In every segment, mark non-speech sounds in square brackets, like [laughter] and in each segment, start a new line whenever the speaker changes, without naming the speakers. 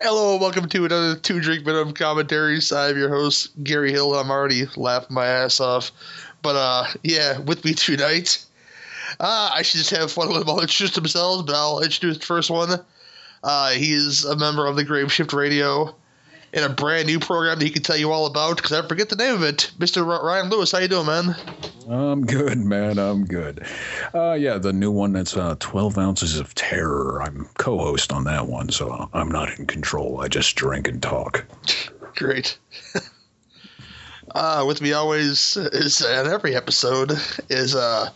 Hello, and welcome to another Two Drink Minimum Commentaries. I'm your host, Gary Hill. I'm already laughing my ass off. But uh, yeah, with me tonight, uh, I should just have fun with them. I'll introduce themselves, but I'll introduce the first one. Uh, he is a member of the Grave Shift Radio in a brand new program that he can tell you all about because I forget the name of it. Mr. R- Ryan Lewis, how you doing, man?
I'm good, man. I'm good. Uh, yeah, the new one that's uh, 12 ounces of terror. I'm co host on that one, so I'm not in control. I just drink and talk. [laughs]
Great. [laughs] uh, with me always is in every episode is a uh,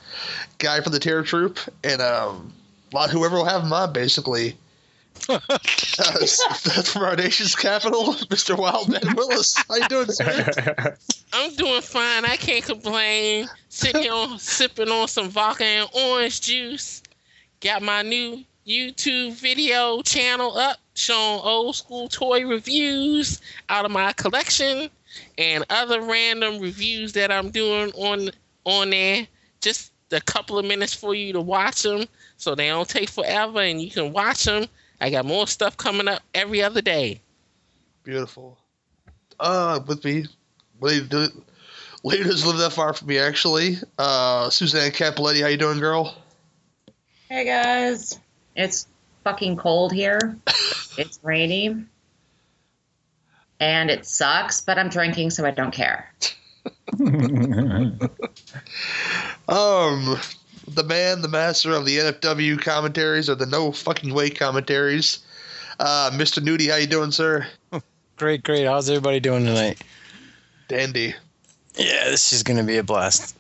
guy from the terror troop and um, lot whoever will have him on basically. [laughs] uh, that's from our nation's capital, Mr. Wildman Willis. How you doing,
[laughs]
sir?
I'm doing fine. I can't complain. Sitting here on, sipping on some vodka and orange juice. Got my new YouTube video channel up showing old school toy reviews out of my collection and other random reviews that I'm doing on on there. Just a couple of minutes for you to watch them so they don't take forever and you can watch them. I got more stuff coming up every other day.
Beautiful. Uh, with me, lady lady doesn't live that far from me actually. Uh, Suzanne Capoletti, how you doing, girl?
Hey guys, it's fucking cold [laughs] here. it's rainy. And it sucks, but I'm drinking, so I don't care.
Um, the man, the master of the NFW commentaries or the no fucking way commentaries. Uh, Mr. Nudie, how you doing, sir?
Great, great. How's everybody doing tonight?
Dandy.
Yeah, this is going to be a blast.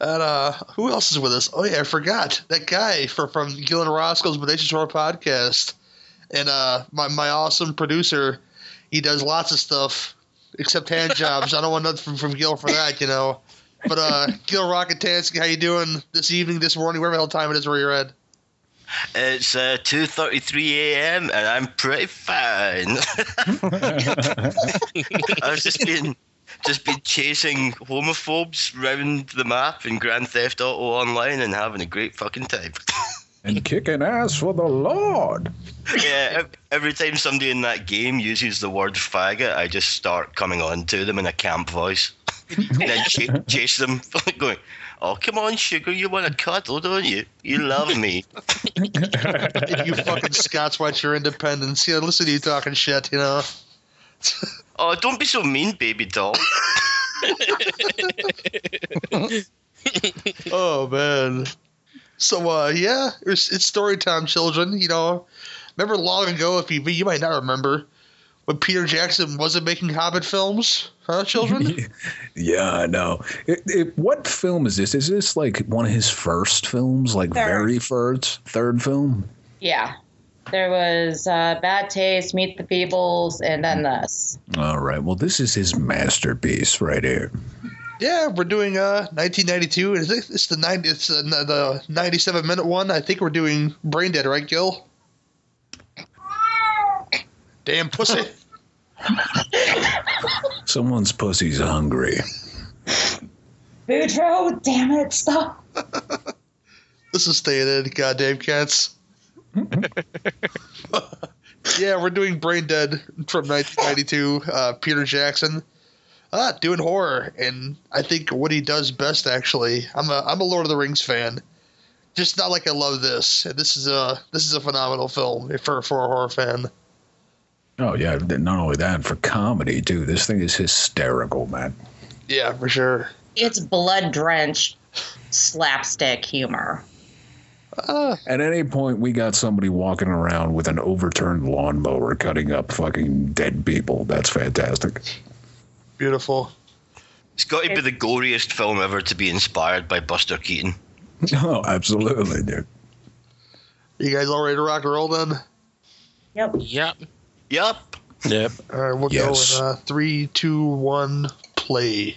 And uh, who else is with us? Oh yeah, I forgot that guy for, from Gillen Roscoe's Bodacious Horror podcast, and uh, my my awesome producer. He does lots of stuff except hand jobs. I don't want nothing from, from Gil for that, you know. But uh, Gil Rocketansky, how you doing this evening, this morning, wherever the hell time it is where you're at?
It's uh, 2:33 a.m. and I'm pretty fine. [laughs] I've just been just been chasing homophobes round the map in Grand Theft Auto Online and having a great fucking time. [laughs]
and kicking ass for the Lord. [laughs]
yeah, ev- every time somebody in that game uses the word faggot, I just start coming on to them in a camp voice. [laughs] and then cha- chase them, [laughs] going, "Oh, come on, sugar, you want to cuddle, don't you? You love me." [laughs]
If you fucking Scots watch your independence, yeah, listen to you talking shit, you know.
Oh, don't be so mean, baby doll.
Oh man. So uh, yeah, it's, it's story time, children. You know, remember long ago, if you you might not remember, when Peter Jackson wasn't making Hobbit films, huh, children?
[laughs] Yeah, I know. It, it, what film is this? Is this like one of his first films? Like
Third.
very first? Third film?
Yeah. There was uh, Bad Taste, Meet the Feebles, and then this.
All right. Well, this is his masterpiece right here.
yeah, we're doing uh 1992, and I think it's the 90, it's the, the 97 minute one. I think we're doing Brain Dead, right, Gil? Damn pussy.
Someone's pussy's hungry.
Boudreaux, damn it, stop.
This is staying in, goddamn cats. yeah, we're doing Brain Dead from 1992. Uh, Peter Jackson, ah, doing horror, and I think what he does best actually. I'm a I'm a Lord of the Rings fan, just not like I love this. And this is a this is a phenomenal film for for a horror fan.
Oh, yeah. Not only that, for comedy, too. This thing is hysterical, man.
Yeah, for sure.
It's blood drenched slapstick humor.
Uh,
At any point, we got somebody walking around with an overturned lawnmower cutting up fucking dead people. That's fantastic. [laughs]
Beautiful.
It's got to be the goriest film ever to be inspired by Buster Keaton.
Oh, absolutely, dude.
You guys all ready to rock and roll then?
Yep.
Yep.
Yup.
Yep.
All right, we'll go
Yes.
in uh, three, two, one, play.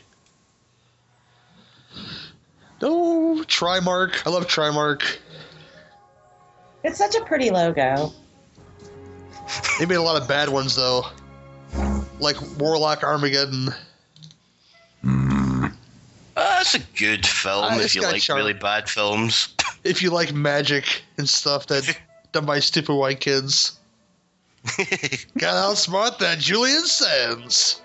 No, Trimark. I love Trimark.
It's such a pretty logo.
They made a lot of bad ones though, like Warlock Armageddon.
Mm,
Ah, That's a good film
Ah, it's
if you
got
like
charm.
really bad films. [laughs]
If you like magic and stuff that done by stupid white kids, Gotta outsmart that Julian Sands.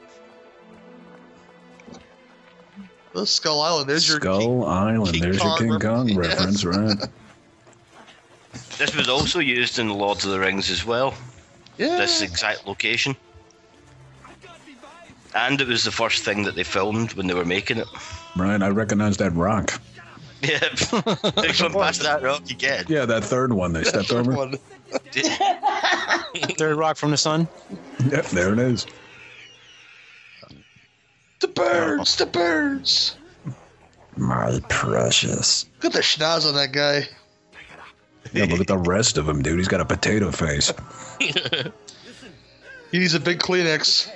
Well, Skull Island, there's your
Skull
King-
Island.
King
There's
Kong
your King Kong
reference,
reference, right?
This was also used in Lord of the Rings as well.
Yeah.
This exact location. And it was the first thing that they filmed when they were making it. [laughs]
Right. I recognize that rock.
Yeah, they come past that rock again.
Yeah, that third one
[laughs]
they stepped
Third
over.
one.
[laughs] Third rock from the sun.
Yep, there it is.
The birds, the birds.
My precious.
Look at the schnoz on that guy.
Yeah, look at the rest of him, dude. He's got a potato face.
He needs a big Kleenex.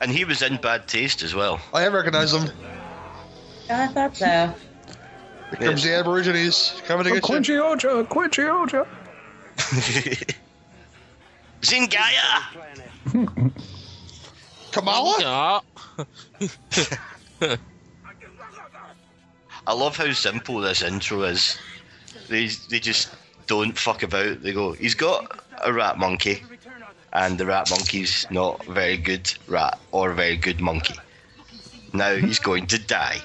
And he was in bad taste as well. [laughs]
I have recognized him.
I thought so.
Here comes the Aborigines coming to
Oh,
get
Quincy Ocha, Quincy Ocha.
Zingaya!
you. Kamala?
Yeah.
I love how simple this intro is. They, they just don't fuck about. They go, he's got a rat monkey, and the rat monkey's not a very good rat or a very good monkey. Now he's going to die.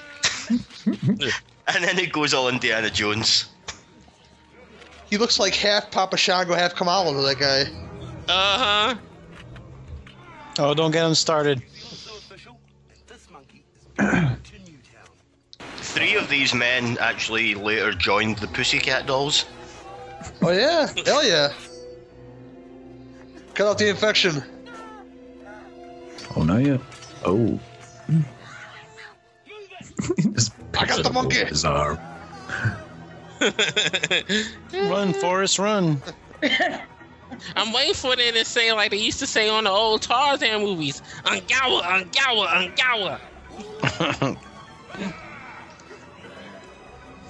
[laughs] and then it goes all Indiana Jones.
He looks like half Papa Shango, half Kamala to that guy.
Uh huh.
Oh, don't get him started.
Three of these men actually later joined the Pussycat Dolls.
Oh, yeah. Hell yeah. Cut off the infection.
Oh, not yet.
[laughs]
Oh. He just
I got
picks
the
up
monkey.
His arm.
Run, Forrest, run.
I'm waiting for them to say like they used to say on the old Tarzan movies, Ungawa, Ungawa, Ungawa.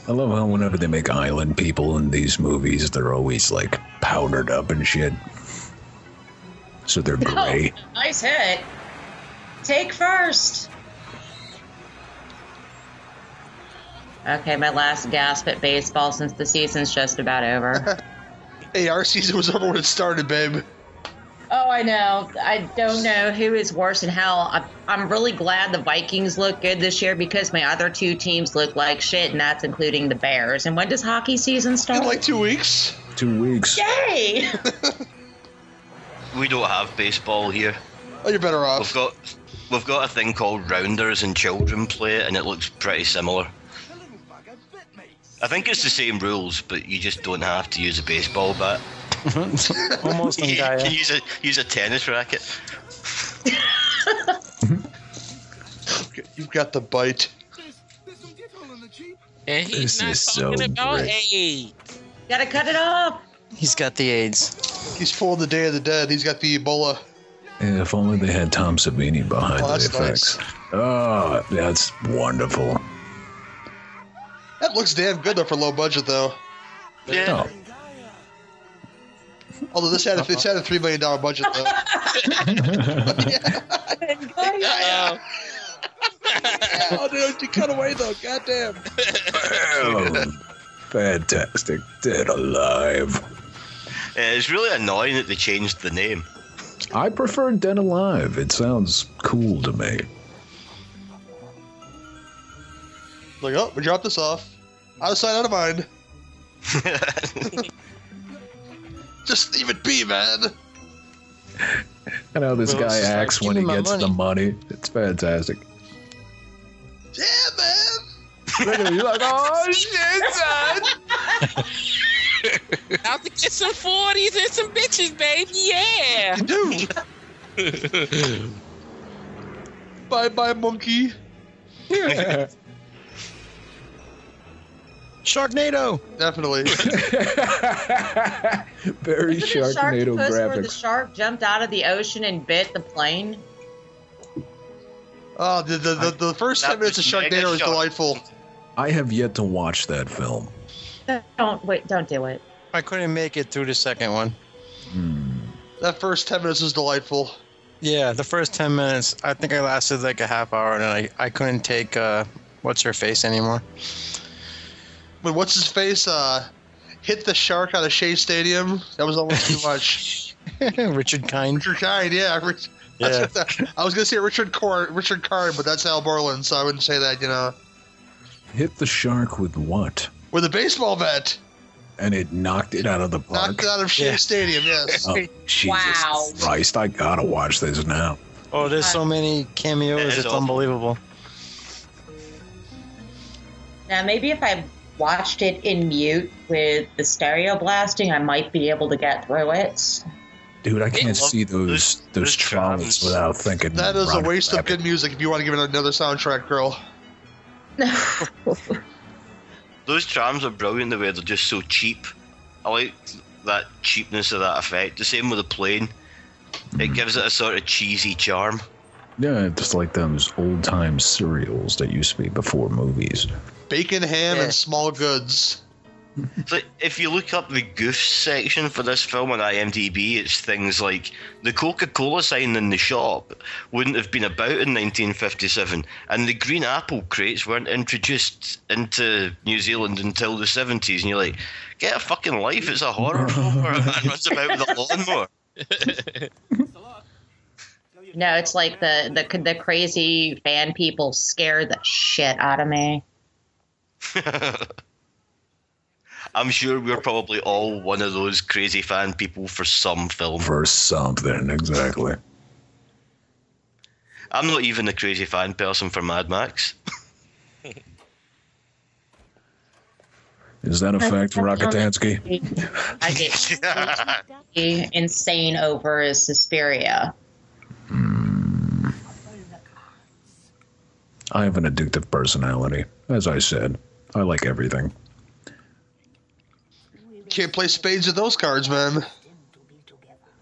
I love how whenever they make island people in these movies, they're always like powdered up and shit. So they're gray.
Oh, Nice hit. Take first. Okay, my last gasp at baseball since the season's just about
[laughs]
over.
Hey, our season was over when it started, babe.
oh, I know. I don't know who is worse than hell. I'm, I'm really glad the Vikings look good this year because my other two teams look like shit, and that's including the Bears. And when does hockey season
In
start?
like two weeks.
Two weeks.
Yay!
We don't have baseball here.
Oh, you're better
We've
off.
got we've got a thing called rounders and children play, it, and it looks pretty similar. I think it's the same rules, but you just don't have to use a baseball bat.
Almost
You [laughs] can
Ngaya.
use a use a tennis racket.
You've got the bite.
And he's
This
not
is
talking
so
about
great.
AIDS.
[laughs] Gotta cut
[laughs]
it off.
He's got the AIDS.
He's full of the Day of the Dead. He's got the Ebola.
Yeah, If only they had Tom Savini behind
Oh,
the
that's
effects. Oh, that's wonderful.
That looks damn good though for low budget though.
Yeah.
Oh,
Although this had a, this had a three million dollar budget though.
Uh,
[laughs] oh dude, you cut away though. Goddamn.
boom. Oh, Fantastic. Dead alive.
Uh, it's really annoying that they changed the name. [laughs]
I prefer Dead Alive. It sounds cool to me.
Like oh, we dropped this off. Out of sight, out of mind. Just leave it be, man.
And how this guy
Well, it's just like,
acts
give
when
me
he
my
gets the money. It's fantastic.
Yeah, man.
Look at him. He's like, oh, shit, son.
Out to get some 40s and some bitches, baby. Yeah.
Dude. [laughs]
[laughs]
bye bye monkey.
Sharknado.
[laughs]
Definitely.
[laughs] Very Sharknado
where the
graphics.
shark jumped out of the ocean and bit the plane?
Oh, the the, the, the first
That
ten minutes of
was mega
Sharknado is
shock.
delightful.
I have yet to watch that film.
Don't wait. Don't do it.
I couldn't make it through the second one.
Hmm.
That first ten minutes is delightful.
Yeah, the first 10 minutes, I think I lasted like a half hour and I, I couldn't take uh, what's her face anymore.
But what's his face? Uh, hit the shark out of Shea Stadium. That was almost too
[laughs]
much.
[laughs] Richard Kind.
Richard Kind, yeah. Rich- that's
Yeah.
what the- I was gonna say Richard Cor- Richard Card, but that's Al Borland, so I wouldn't say that. You know,
Hit the shark with what?
with a baseball bat,
And it knocked it out of the park.
knocked it out of Shea
Yeah.
Stadium.
[laughs]
Yes.
Oh, Jesus
Wow.
Christ, I gotta watch this now.
Oh, there's so many
It
cameos.
is
It's
awful.
unbelievable.
Now, maybe if I watched it in mute with the stereo blasting, I might be able to get through [laughs] it.
Dude, I can't
love
see those
those-
those,
those
trolleys
trams.
without thinking.
That is a
Roger
waste of
Rabbit.
good music if you want to give it another soundtrack, girl.
Those trams are brilliant the way they're just so cheap. I like that cheapness of that effect. The same with the plane. It gives it a sort of cheesy charm.
Yeah, just like those old time cereals that used to be before movies.
Bacon, ham,
Yeah.
and small goods.
It's like if you look up the goof section for this film on IMDb, it's things like the Coca-Cola sign in the shop wouldn't have been about in 1957, and the green apple crates weren't introduced into New Zealand until the 70s. And you're like, get a fucking life! It's a horror film where a man runs about with a lawnmower.
no, it's like the, the the crazy fan people scare the shit out of me.
[laughs] I'm sure we're probably all one of those crazy fan people for some film.
For something, exactly.
I'm not even a crazy fan person for Mad Max.
Is that a fact, Rockatansky?
I
[laughs]
get really insane over is Suspiria.
I have an addictive personality. As I said, I like everything.
Can't play spades with those cards, man.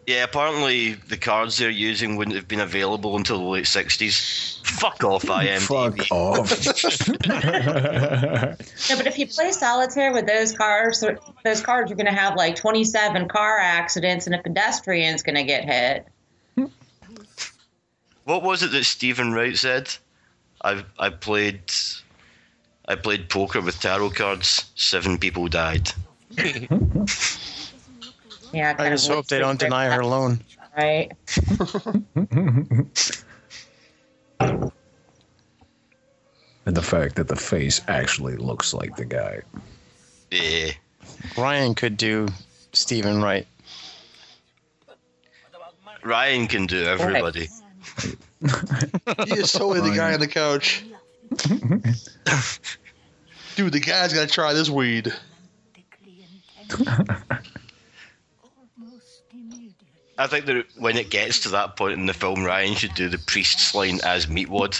Yeah, apparently the cards they're using wouldn't have been available until the late 60s. Fuck off, IMDb.
Fuck
[laughs]
off.
No, but if you play solitaire with those cars, those cards, you're going to have like 27 car accidents and a pedestrian's going to get hit.
What was it that Stephen Wright said? I I played I played poker with tarot cards. Seven people died.
Yeah,
I just hope they don't deny her loan.
Right.
and the fact that the face actually looks like the guy.
Yeah.
Ryan could do Stephen Wright.
Ryan can do everybody.
He is solely the guy on the couch. Dude, the guy's gotta try this weed.
I think that when it gets to that point in the film, Ryan should do the priest's line as Meatwood.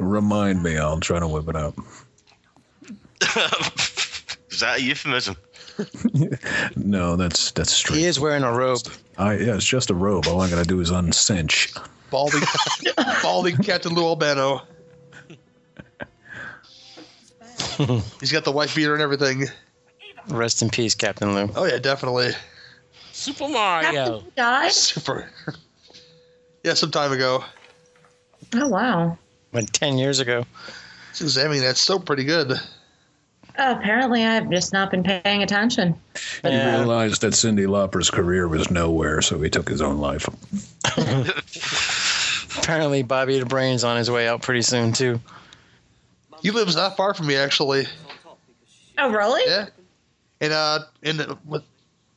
Remind me, I'll try to whip it up.
[laughs] Is that a euphemism?
No, that's that's
He
straight.
is wearing a robe.
I, yeah, it's just a robe. All I gotta do is uncinch.
Balding, balding Captain Lou Albano. He's got the white beater and everything.
Rest in peace, Captain Lou.
Oh yeah, definitely. [laughs]
Super Mario.
Died?
Super. Yeah, some time ago.
Oh, wow.
Went 10 years ago.
She's Examining that's so pretty good.
Oh, apparently, I've just not been paying attention.
He
Yeah.
realized that Cindy Lauper's career was nowhere, so he took his own
[laughs]
life.
Apparently, Bobby the Brain's on his way out pretty soon, too.
He lives not far from me actually.
Oh, really?
Yeah. In uh in with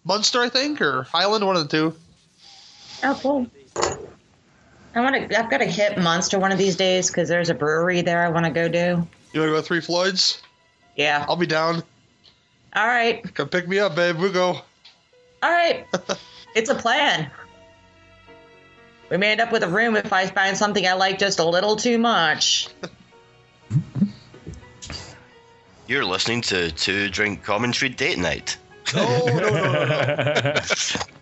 Munster, I think, or Highland, one of the two.
Oh, cool. I want to. I've got to hit Monster one of these days because there's a brewery there I want to go do.
You wanna go three Floyds?
Yeah.
I'll be down.
All right.
Come pick me up, babe. We'll go.
All right. it's a plan. We may end up with a room if I find something I like just a little too much.
You're listening to Two Drink Commentary Date Night.
No, no, no, no,
[laughs]
no.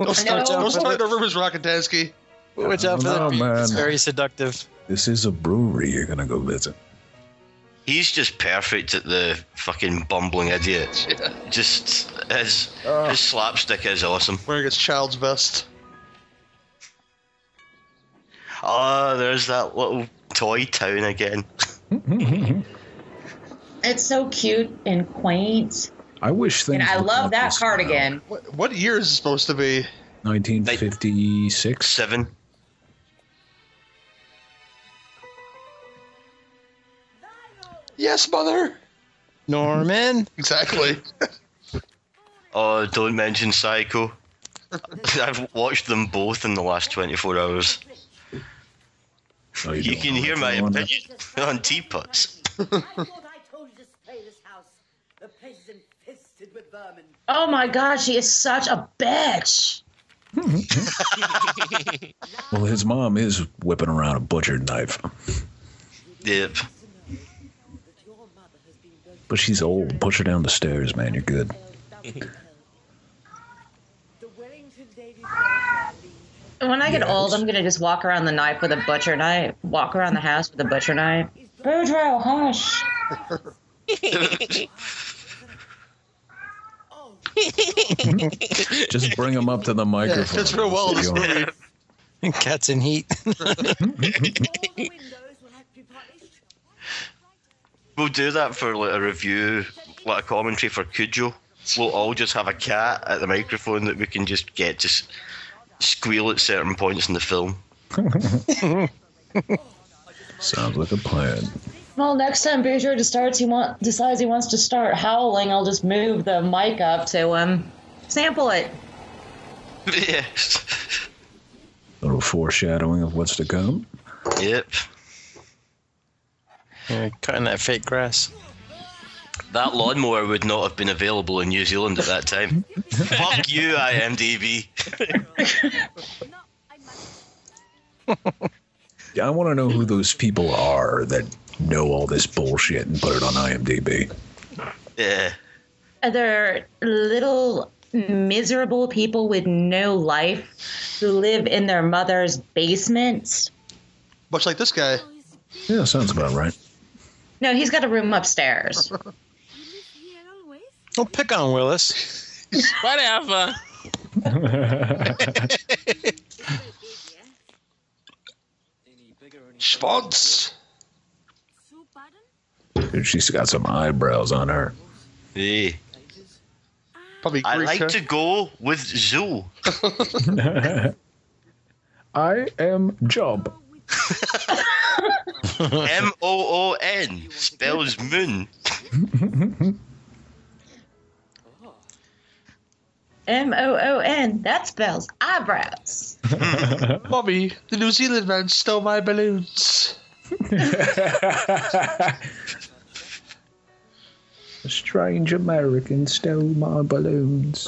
Don't start,
No.
don't start the rumors, Rockatansky.
Watch out for
Oh,
that. beef.
man.
It's very seductive.
This is a brewery you're gonna go
[laughs]
visit.
He's just perfect at the fucking bumbling idiot. Just his his slapstick is awesome.
Wearing his child's vest.
Ah, there's that little toy town again.
It's so cute and quaint,
I wish things.
and I
looked like
love that
this now.
cardigan.
What, what year is it supposed to be?
1956.
Seven.
Yes, mother.
Norman. [laughs]
Exactly.
Oh, don't mention Psycho. [laughs] I've watched them both in the last 24 hours.
So
[laughs] You
don't
can
like
hear
the
my
one that-
opinion [laughs] on teapots.
I thought I told you to spray this house. The place is infested with vermin.
Oh my god, she is such a bitch.
Well, his mom is whipping around a butcher knife,
Yep.
That your mother has been both
but she's old. Push her down the stairs, man. You're good.
held down The Wellington ladies family
And When I get
Yes.
old, I'm gonna just walk around the knife with a butcher knife. Walk around the house with a butcher knife. Boudreaux, hush.
Just bring him up to
[laughs]
the
Yeah, [laughs]
microphone.
fits real well in this movie.
Cats in heat. [laughs]
all the windows will have to be polished.
We'll do that for like a review, like a commentary for Cujo. We'll all just have a cat at the microphone that we can just get to s- squeal at certain points in the film.
Sounds like a plan.
Well, next time Boudreaux decides he want, decides he wants to start howling, I'll just move the mic up to um, sample it.
[laughs] yes.
little foreshadowing of what's to come.
Yep.
Yeah, cutting that fake grass.
That lawnmower would not have been available in New Zealand at that time. Fuck you, IMDb.
Yeah, I want to know who those people are that know all this bullshit and put it on IMDb.
Yeah.
They're little miserable people with no life who live in their mother's basement.
Much like this guy.
Yeah, sounds about [laughs] right.
No, he's got a room upstairs.
Don't pick on Willis.
Whatever.
Schwanz.
Dude, she's got some eyebrows on her.
Hey.
Probably
I
Greek.
like
huh?
to go with Zool.
[laughs] I am Job.
M O O N spells moon.
M O O N. That spells eyebrows.
Mommy, the New Zealand man stole my balloons.
A strange American stole my balloons.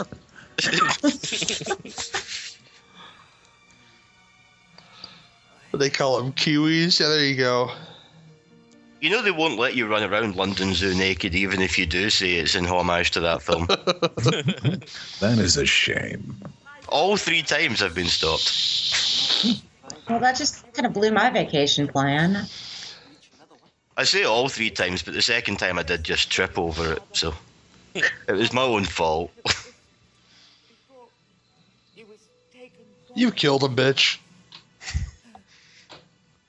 What they call them Kiwis. Yeah, there you go.
You know they won't let you run around London Zoo naked, even if you do say it's in homage to that film.
That is a shame.
All three times I've been stopped.
Well, that just kind of blew my vacation plan.
I say all three times, but the second time I did just trip over it, so it was my own fault. [laughs]
You killed him, bitch.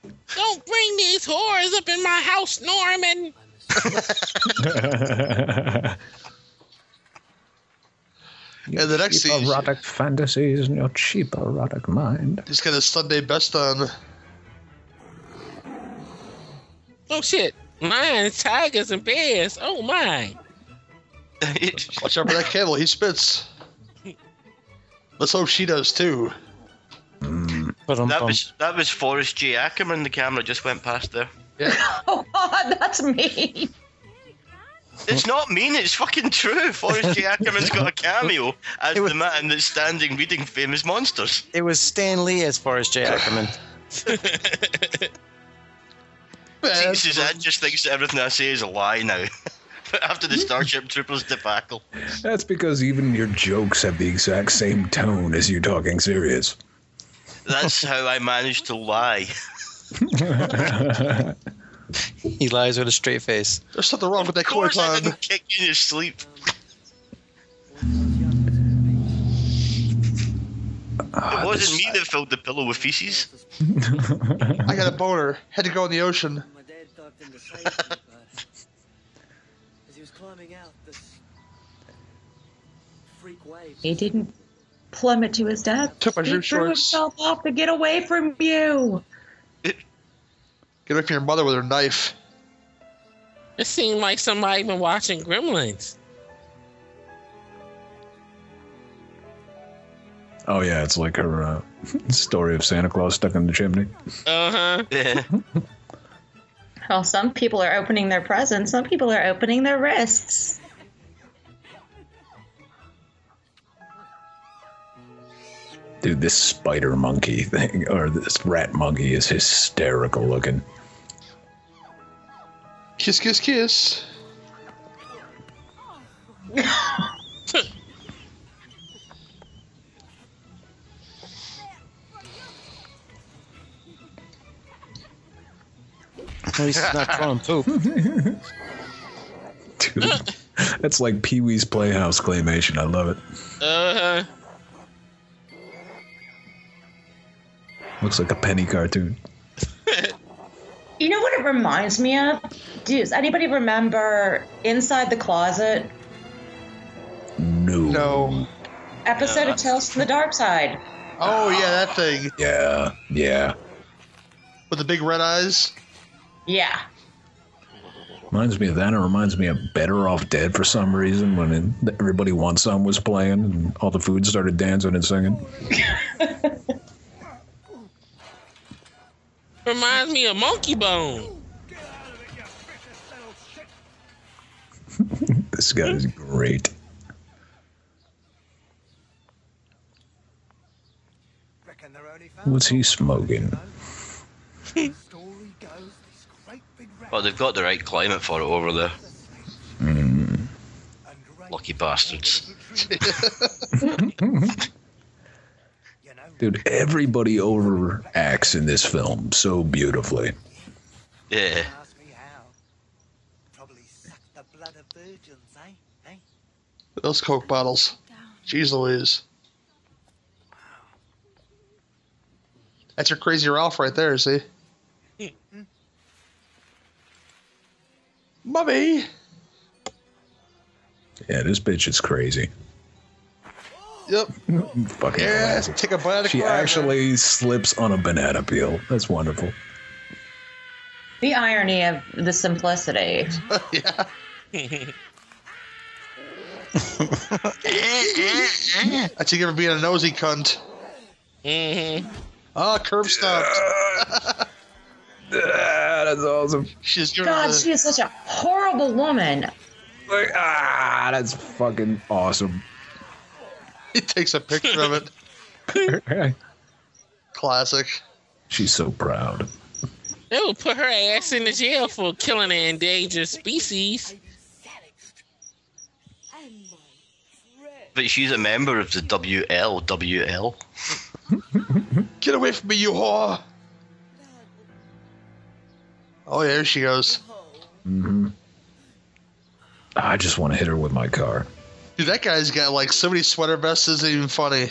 Don't bring these whores up in my house, Norman.
Your
the next
cheap
scene-
erotic fantasies and your cheap erotic mind.
He's got his Sunday best on.
Oh shit. Lions, tigers, and bears. Oh my.
Watch out for
[laughs]
that candle. He spits. Let's hope she does too.
But I'm
that was that was Forrest J. Ackerman. The camera just went past there.
Oh God, that's me.
It's not mean. It's fucking true. Forrest J. Ackerman's got a cameo as
It was-
the man that's standing reading famous monsters.
It was Stan Lee as far as Jay Ackerman.
See, Suzanne just thinks that everything I say is a lie now. [laughs] After the Starship Troopers debacle.
That's because even your jokes have the exact same tone as you talking serious.
That's how I managed to lie.
[sighs] He lies with a straight face.
There's something wrong with that
Of
cord
course, um, I
on.
didn't kick you in your sleep. It wasn't me that filled the pillow with feces.
I got a boner. Had to go in the ocean.
climbing out this freak wave.
He didn't plummet to his death.
Took my
he
gym
threw
shorts.
himself off to get away from you.
Get away from your mother with her knife.
It seemed like somebody been watching Gremlins.
Oh yeah, it's like her uh, [laughs] story of Santa Claus stuck in the chimney.
Uh huh.
Yeah.
Well, some people are opening their presents. Some people are opening their wrists.
Dude, this spider monkey thing or this rat monkey is hysterical looking. [laughs]
Kiss, kiss, kiss.
At least [laughs] it's not crawling poop.
Dude,
[laughs]
that's like Pee Wee's Playhouse claymation. I love it.
Uh huh.
Looks like a penny cartoon.
You know what it reminds me of? Does anybody remember Inside the Closet?
No.
No.
Episode of Tales from the Dark Side.
Oh yeah, that thing
Yeah. Yeah.
with the big red eyes.
Yeah.
Reminds me of that. It reminds me of Better Off Dead for some reason when it, everybody wants some was playing and all the food started dancing and singing.
Reminds me of Monkey Bone. [laughs]
This guy is great.
Reckon they're only found
What's he smoking?
Story goes this great big rat
Well, they've got the right climate for it over there.
and great
Lucky bastards.
you know
Dude, everybody overacts in this film so beautifully.
[laughs] Yeah.
ask me how. Probably sucked the blood of virgins, eh? Eh?
Those Coke bottles. Jeez Louise. That's your crazy Ralph right there,
[laughs]
see? Mummy!
Yeah, this bitch is crazy.
Yep.
Fucking
Yeah,
classic.
take a bite out of
She
crime, man.
actually slips on a banana peel. That's wonderful.
The irony of the simplicity.
[laughs] yeah. That's you ever being a nosy cunt.
Mm hmm.
Ah, curb stop.
Ah, that's awesome.
She's giving her
God,
the, [laughs]
she is such a horrible woman.
Like, ah, that's fucking awesome.
he takes a picture of
[laughs]
it. Classic.
She's so proud.
They would put her ass in the jail for killing an endangered species.
But she's a member of the WLWL.
Get away from me, you whore! Oh, yeah, there she goes.
I just want to hit her with my car.
Dude, that guy's got like so many sweater vests, it's even funny.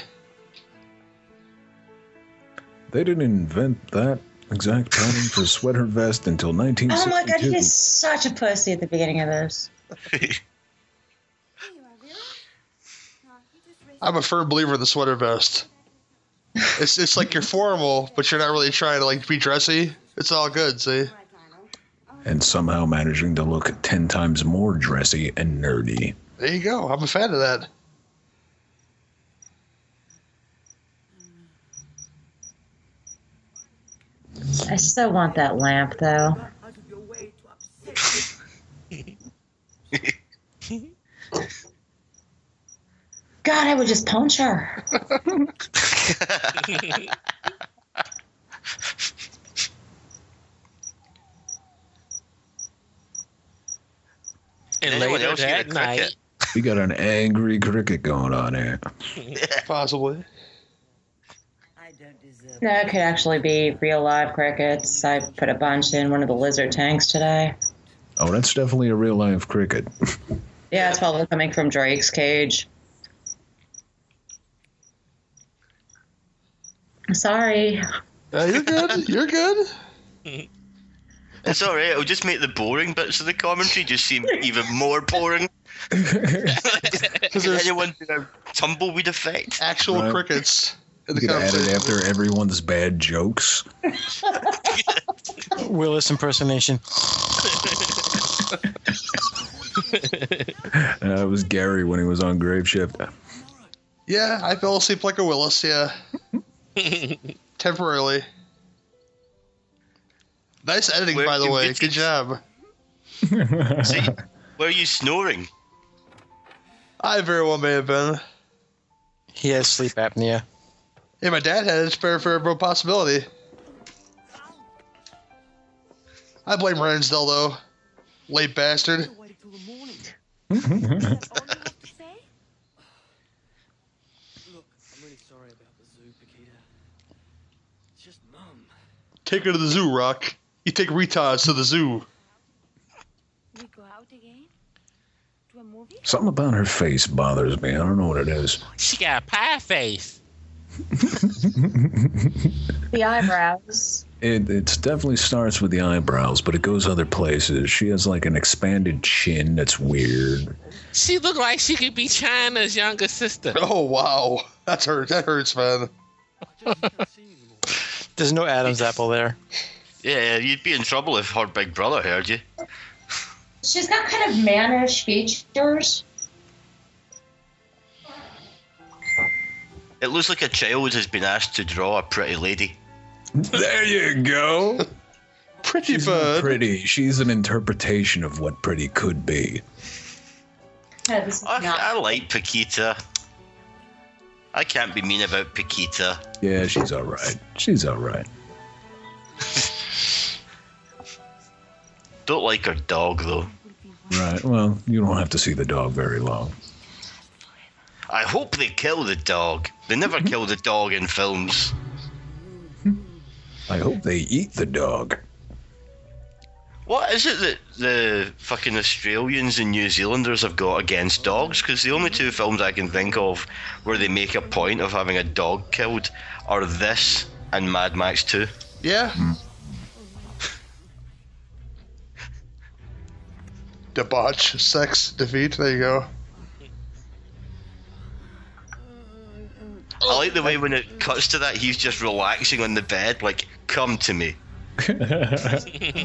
They didn't invent that exact pattern for sweater vest until
Oh
1962.
my god, he is such a pussy at the beginning of this.
[laughs]
I'm a firm believer in the sweater vest. It's, it's like you're formal, but you're not really trying to like be dressy. It's all good, see?
and somehow managing to look 10 times more dressy and nerdy.
There you go. I'm a fan of that.
I so want that lamp though.
Out of your way to upset
God, I would just punch her.
And
Anyone
later
else get
that
a cricket?
night,
We got an angry cricket going on here.
Possibly.
I don't deserve
No, it could actually be real live crickets. I put a bunch in one of the lizard tanks today.
Oh, that's definitely a real life cricket. [laughs]
Yeah, it's probably coming from Drake's cage. Sorry.
Uh, you're good. You're good.
It's all right. It'll just make the boring bits of the commentary just seem even
[laughs]
more boring. Can
there's-
anyone do a tumbleweed effect?
Actual
Right.
crickets. in the
Get added
conversation.
after everyone's bad jokes.
Willis impersonation.
That Uh, was Gary when he was on Grave Shift.
Yeah, I fell asleep like a Willis. Yeah,
[laughs]
temporarily. Nice editing,
Where
by the
you
way.
get
Good
it?
job.
[laughs]
See, were you snoring?
I very well may have been.
He has sleep apnea.
Yeah, my dad had it. It's fair, fair, bro possibility. I blame Ransdell though. Late bastard.
Waited till the morning.
All you have to say?
Look, I'm really sorry about the zoo, Paquita. It's just mum.
Take her to the zoo, Rock. You take retards to the zoo.
We go out again? To a movie?
Something about her face bothers me. I don't know what it is.
She got a pie face.
The eyebrows.
It it definitely starts with the eyebrows, but it goes other places. She has like an expanded chin that's weird.
She looked like she could be China's younger sister.
Oh wow, that's hurt. That hurts, man.
I just can't see you anymore.
There's no Adam's apple there. [laughs]
Yeah, you'd be in trouble if her big brother heard you.
She's got kind of mannish features.
It looks like a child has been asked to draw a pretty lady.
There you go.
Pretty
She's not
bird.
pretty. She's an interpretation of what pretty could be.
No, this is
I,
not.
I like Paquita. I can't be mean about Paquita.
Yeah, she's all right. She's all right.
Don't like her dog though.
Right. Well, you don't have to see the dog very long.
I hope they kill the dog.
[laughs]
They never kill the dog in films.
I hope they eat the dog.
What is it that the fucking Australians and New Zealanders have got against dogs? Because the only two films I can think of where they make a point of having a dog killed are this and Mad Max 2.
Yeah. Debauch, sex, defeat. There you go.
I like the way when it cuts to that, he's just relaxing on the bed, like, come to me.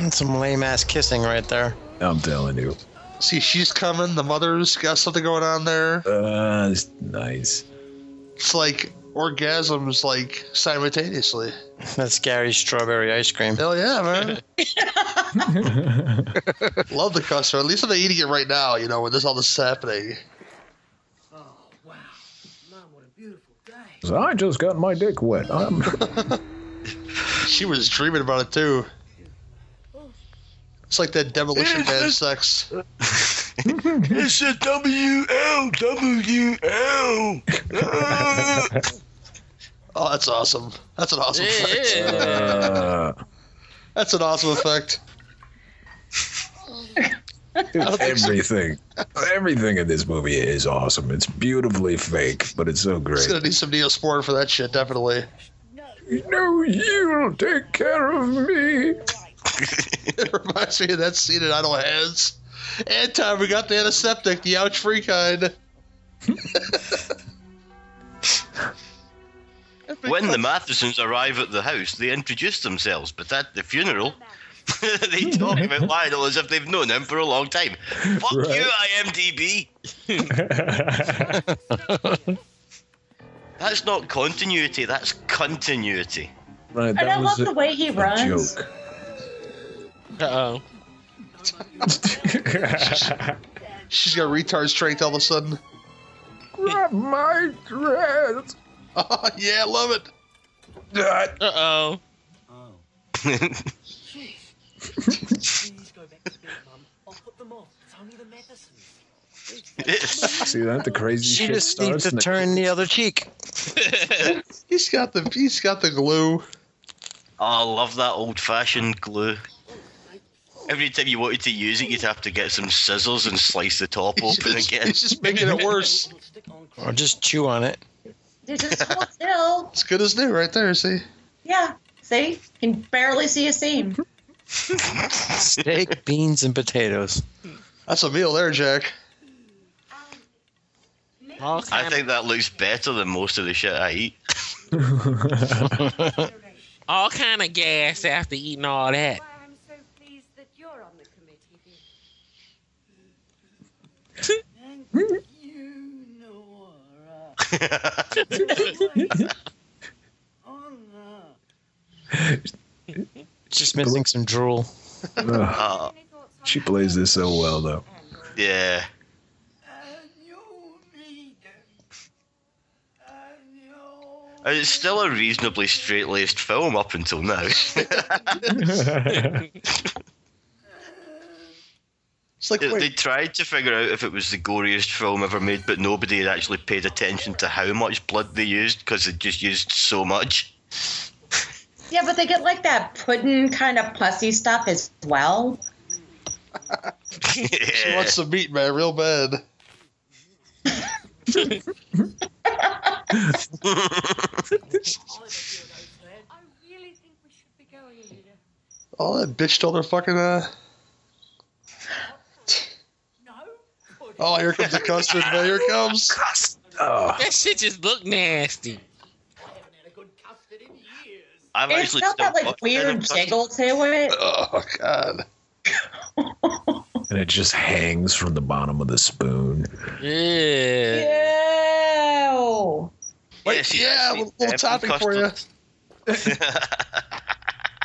Some lame ass kissing right there.
I'm telling you.
See, she's coming. The mother's got something going on there.
Uh, it's nice.
It's like orgasms, like simultaneously.
That's Gary's strawberry ice cream.
Hell yeah,
[laughs]
man. [laughs] Love the customer. At least they're eating it right now. You know when this all this is happening.
Oh, wow. Mum, what a beautiful day.
So I just got my dick wet. I'm
She was dreaming about it too. It's like that demolition man sex.
It's a W L W L.
Oh, that's awesome. That's an awesome effect.
Yeah.
uh,
That's an awesome effect.
everything. Everything in this movie is awesome. It's beautifully fake, but it's so
It's
great.
gonna need some neosporin for that shit, definitely. [laughs]
No, you'll take care of me.
It reminds me of that scene in Idle Hands. And time we got the antiseptic, the ouch free kind.
When the Mathesons arrive at the house, they introduce themselves, but at the funeral, [laughs] they talk about Lionel as if they've known him for a long time. Fuck
Right.
you, IMDb. That's not continuity, that's continuity.
Right,
And I
that
love
was
the
a,
way he
a
runs.
joke.
Uh oh.
She's got retard strength all of a sudden. [laughs]
Grab my dress.
Oh, yeah, love it.
Uh
Oh.
oh.
That's
Jeez. Please go back to bed, Mum. I'll put them off. It's only the medicines.
See that? The crazy
She
shit
just
starts.
needs to
and it-
turn the other cheek.
He's got the he's got the glue.
Oh, I love that old fashioned glue. Every time you wanted to use it, you'd have to get some scissors and slice the top
[laughs] He's
open
just,
again.
he's just making it worse.
We'll stick on
Or just chew on it.
They're
[laughs]
just hold still.
It's good as new right there, see?
Yeah. See? Can barely see a seam.
[laughs] Steak, beans, and [laughs] potatoes.
That's a meal there, Jack.
All
I
kind
think that looks better than most of the shit I eat.
all kind of gas after eating all that.
Why I'm so pleased that you're on the committee. dear.
You know, Nora. Oh, no.
Just missing some drool.
[laughs] Ugh,
Uh,
Any thoughts on
she
how
plays this so well, though.
yeah.
And you need them. And you.
It's still a reasonably straight laced film up until now. [laughs]
It's like,
they, they
wait,
tried to figure out if it was the goriest film ever made, but nobody had actually paid attention to how much blood they used because they just used so
[laughs]
much. [laughs]
Yeah, but they get like that pudding kind of pussy stuff as well.
she
yeah.
wants some meat, man, real bad.
I really think we should be going, Alida.
All that bitch told her fucking, uh. Oh, here comes the custard, man. Here it comes.
Ugh.
That shit just look nasty.
I've
It's
actually
got
still
that like
got
weird
it.
jiggle to it.
Oh, God.
and it just hangs from the bottom of the spoon.
Yeah.
Ew.
Wait,
she's
yeah,
actually
a little topping for you.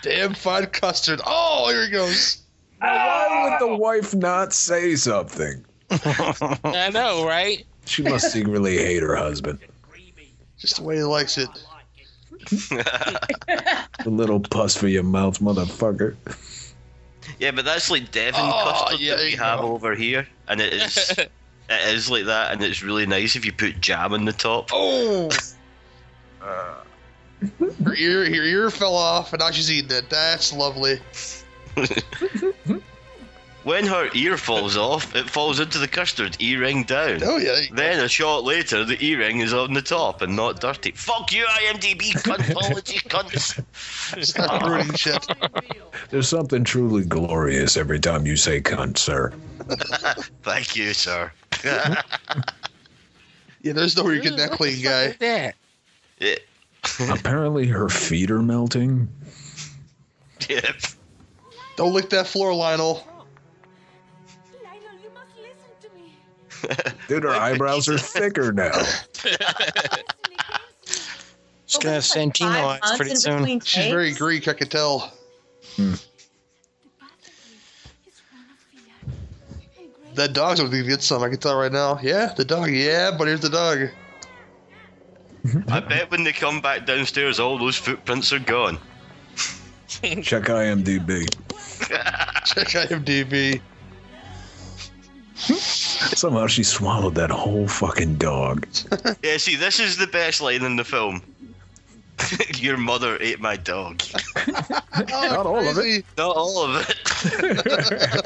Damn fine custard. Oh, here he goes.
Why would the wife not say something?
I know, right?
She must secretly hate her husband.
Just the way he likes it.
A little puss for your mouth, motherfucker.
[laughs] yeah, but that's like Devon
Oh,
custard
yeah,
that we
you
have
know.
over here, and it
[laughs]
is it is like that, and it's really nice if you put jam on the top.
Oh. her ear, her ear fell off, and now she's eating it. That's lovely.
When her ear falls off, it falls into the custard, earring down.
Oh yeah, there you go.
Then a shot later, the earring is on the top and not dirty. Fuck you, IMDb cuntology cunts.
[laughs] stop ruining shit.
There's something truly glorious every time you say cunt, sir.
Thank you, sir.
Yeah, there's no way you get that clean, guy.
That. [laughs]
It-
Apparently, her feet are melting.
yeah.
Don't lick that floor, Lionel.
Lionel, you must listen to me.
Dude, her eyebrows are thicker now.
Listen against me.
She's gonna have
[laughs]
Santino eyes pretty soon.
She's very Greek, I could tell.
The battery is one of fear. And great
That dog's gonna get some, I can tell right now. Yeah, the dog. Yeah, but here's the dog.
I bet when they come back downstairs, all those footprints are gone.
Check IMDb.
Check IMDb.
Somehow she swallowed that whole fucking dog.
Yeah, see, this is the best line in the film. [laughs] Your mother ate my dog.
Oh,
[laughs] Not all of it.
crazy.
Not all of it.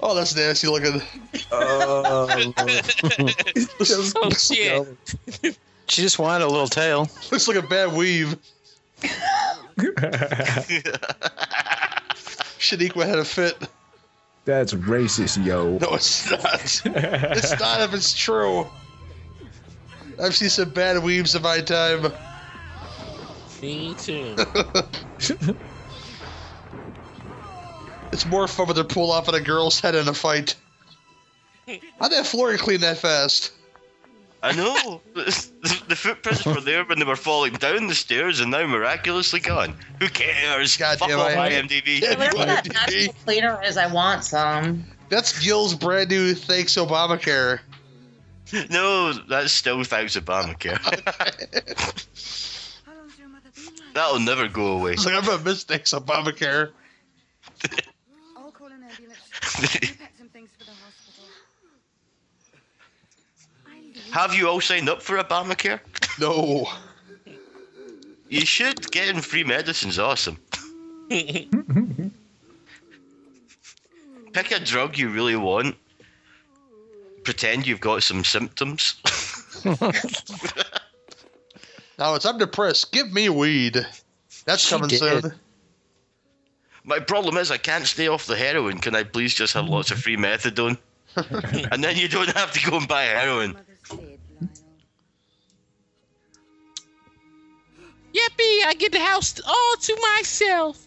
Oh, that's nasty looking.
Oh,
Just,
oh shit.
She just wanted a little tail.
[laughs] looks like a bad weave. Shaniqua had a fit. [laughs]
that's racist, yo.
No, it's not.
[laughs]
it's not if it's true. I've seen some bad weaves in my time.
Me too.
It's more fun with a pull off at a girl's head in a fight. How'd that floor get clean that fast?
I know. [laughs] The, the footprints were there when they were falling down the stairs and now miraculously gone. Who cares?
God
Fuck
damn
off
it.
IMDb.
Yeah,
Whatever that
IMDb.
national cleaner is, I want some.
That's Gil's brand new Thanks Obamacare. [laughs]
No, that's still thanks Obamacare. [laughs]
How long's your mother been like?
That'll never go away.
It's like, I'm gonna miss Thanks Obamacare.
I'll call an ambulance. You pack some things for the hospital. I leave.
Have you all signed up for Obamacare?
No.
You should. Getting free medicine's awesome. Pick a drug you really want. Pretend you've got some symptoms. [laughs]
Oh, Now it's I'm depressed. Give me weed. That's
She
coming
did.
soon.
My problem is I can't stay off the heroin. Can I please just have lots of free
[laughs]
methadone? and then you don't have to go and buy heroin.
Mother said, Lionel.
[laughs] Yippee! I get the house all to myself.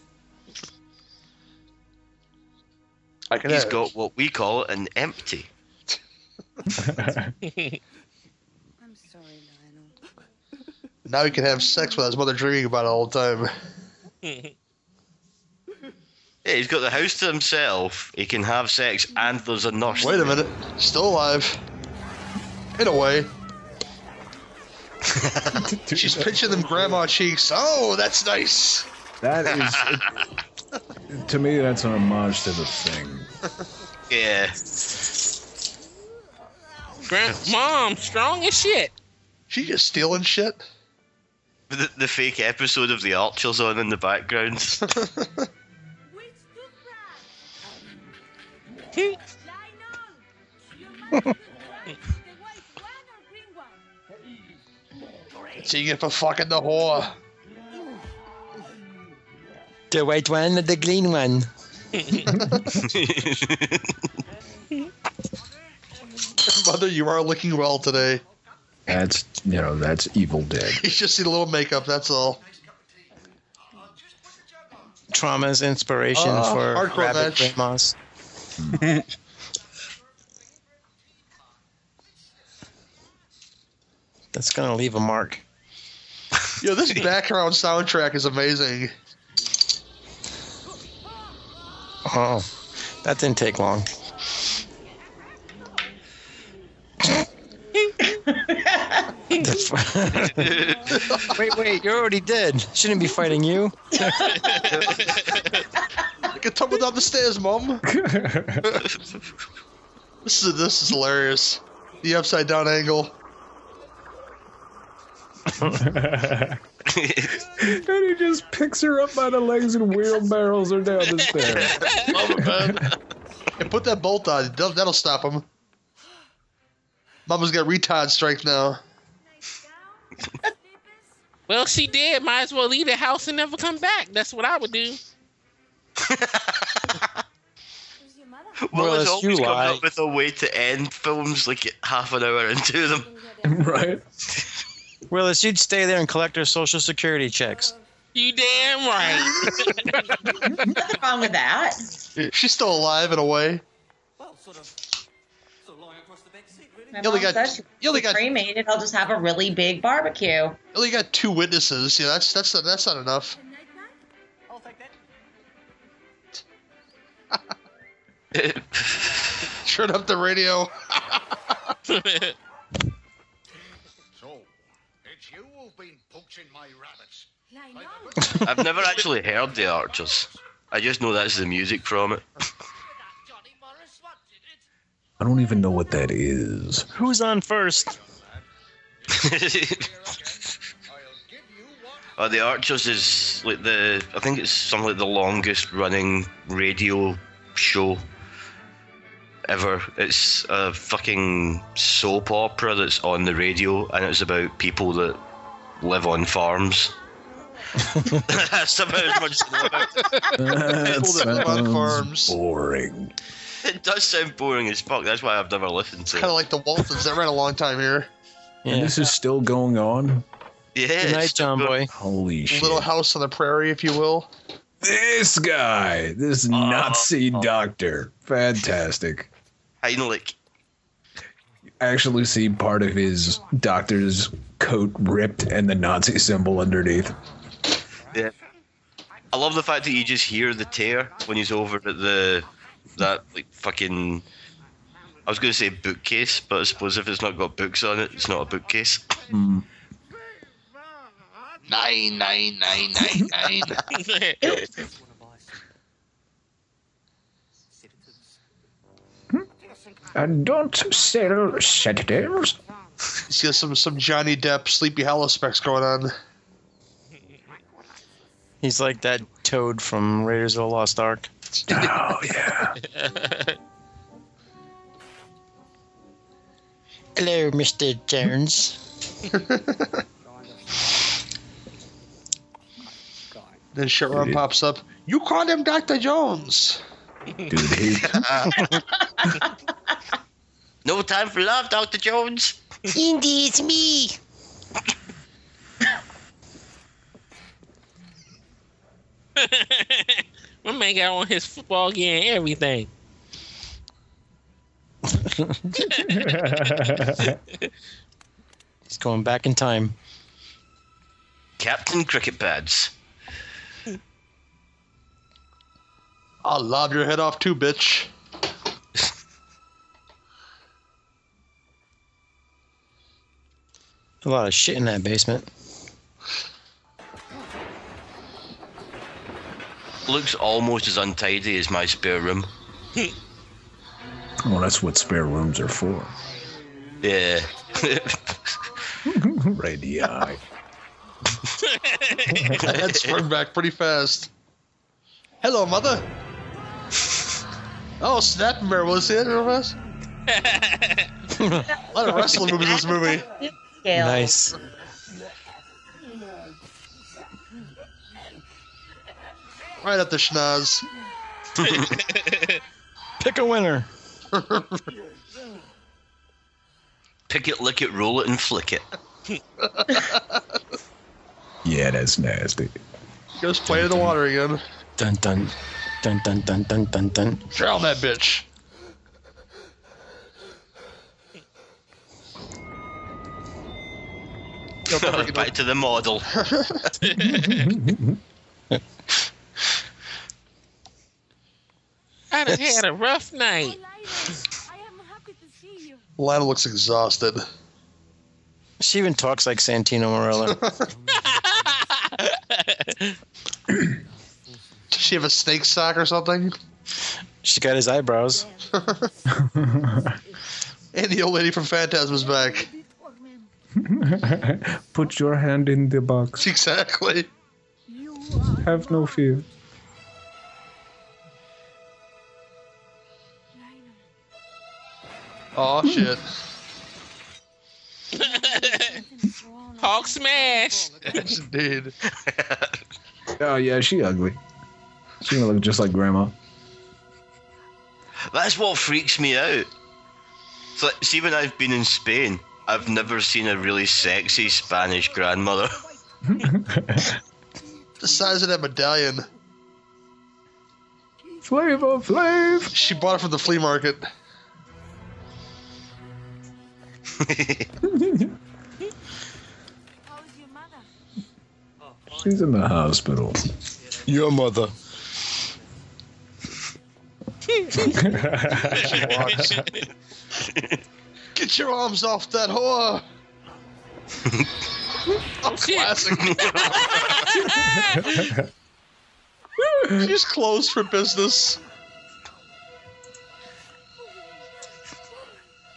[laughs]
I can
He's got what we call an empty.
I'm sorry, Lionel.
now he can have sex with his mother dreaming about it all the time.
Yeah, he's got the house to himself. He can have sex, and there's a nurse.
Wait a
there.
minute, still alive. In a
[laughs]
way, she's pinching them grandma cheeks. Oh, that's nice.
That is, to me, that's an homage to the thing.
Yeah.
Grand mom, strong as shit.
She just stealing shit. [laughs]
The, the fake episode of The Archers on in
[laughs]
the background. [laughs]
Which toothbrush? Um,
He-
[laughs] Lionel! Your mother [laughs] toothbrush, the white one or green one?
Seeing it for fucking the whore.
The white one or the green one?
Mother, you are looking well today.
That's you know, that's Evil Dead.
You just see a little makeup. That's all.
Trauma's inspiration
Oh,
for
hardcore
rabbit
match.
[laughs] grandmas. That's gonna leave a mark.
Yo,
[laughs]
this background soundtrack is amazing.
Oh, that didn't take long. [laughs] wait, wait, you're already dead. Shouldn't be fighting you.
I can tumble down the stairs, mom. This is this is hilarious. The upside down angle.
[laughs] and he just picks her up by the legs and wheelbarrows her down the stairs.
Love it, man. and put that bolt on. That'll, that'll stop him. Mama's got retard strength now.
well, she did. Might as well leave the house and never come back. That's what I would do.
Who's your [laughs] mother?
Well,
Well,
it's
it's you
always comes
lie.
up with a way to end films like half an hour into them.
right?
Willis, you'd stay there and collect her social security checks.
You damn right. [laughs]
Nothing wrong with that.
She's still alive in a way.
Well, sort of. So lying across the back seat, really.
My
You only
mom
got-
says she
you only
be
got-
cremated. I'll just have a really big barbecue.
Only got two witnesses. Yeah, that's that's not, that's not enough. [laughs]
[laughs]
I'll take that.
Turn up the radio.
So, it's you who've been poaching my rabbits.
Lionel!
I've never actually heard The Archers. I just know that's the music from it.
Johnny Morris, what did it?
I don't even know what that is.
Who's on first?
[laughs]
I'll give you what
oh, The Archers is like the I think it's something like the longest running radio show ever. It's a fucking soap opera that's on the radio, and it's about people that live on farms. [laughs] that's about as much. as I know about it.
That
People that live on
sounds
farms.
boring.
It does sound boring as fuck. That's why I've never listened to
Kind of
it.
like the Waltons. That ran a long time here.
Yeah.
And this is still going on.
Good
Yeah,
night,
it's-
John Boy.
Holy shit!
Little House on the Prairie, if you will.
This guy, this Nazi doctor, fantastic.
Heinrich.
Actually, see part of his doctor's coat ripped and the Nazi symbol underneath.
Yeah. I love the fact that you just hear the tear when he's over at the that like fucking. I was going to say bookcase, but I suppose if it's not got books on it, it's not a bookcase.
Hmm.
Nine, nine, nine, nine, nine.
[laughs]
It's one of my sedatives.
I don't sell sedatives.
He's got some some Johnny Depp Sleepy Hollow specs going on.
He's like that toad from Raiders of the Lost Ark.
Oh yeah.
Hello, Mr. [laughs] Jones.
Kind of. Kind.
Then Sharon pops up. You called him Dr. Jones.
[laughs] Dude, he,
No time for love, Dr. Jones.
Indy, it's me. My man got on his football gear and everything.
He's going back in time.
Captain Cricket Pads.
I'll lob your head off too, bitch.
A lot of shit in that basement.
Looks almost as untidy as my spare room.
well, that's what spare rooms are for. [laughs]
Yeah.
Ready eye.
[laughs] That sprung back pretty fast. Hello, [laughs] mother. Oh, snap! Mirror was it real [laughs] fast? A lot of wrestling movies in this movie.
Scale.
Nice.
Right up the schnoz.
Pick a winner.
Pick it, lick it, roll it, and flick it.
Yeah, that's nasty.
Goes play in the water again.
Dun dun. Dun dun dun dun dun dun.
Drown that bitch. You'll never get
Back to the model. [laughs]
I done had a rough night. [laughs]
Lila, I am happy to see you.
Lana looks exhausted.
She even talks like Santino Morella.
Does she have a snake sock or something?
she got his eyebrows.
And the old lady from Phantasm's back. [laughs]
The torment.
[laughs] Put your hand in the box.
Exactly.
You
[laughs]
are
Have no fear.
Lila.
Oh shit. [laughs]
Hawk smash.
Yes, indeed.
Oh yeah, she ugly. She gonna look just like grandma.
That's what freaks me out. So, like, see, when I've been in Spain, I've never seen a really sexy Spanish grandmother. [laughs]
The size of that medallion.
Flavor Flav.
She bought it from the flea market.
How is your mother?
She's in the hospital.
Your mother.
She walks. Get your arms off that whore! oh, classic. She's closed for business.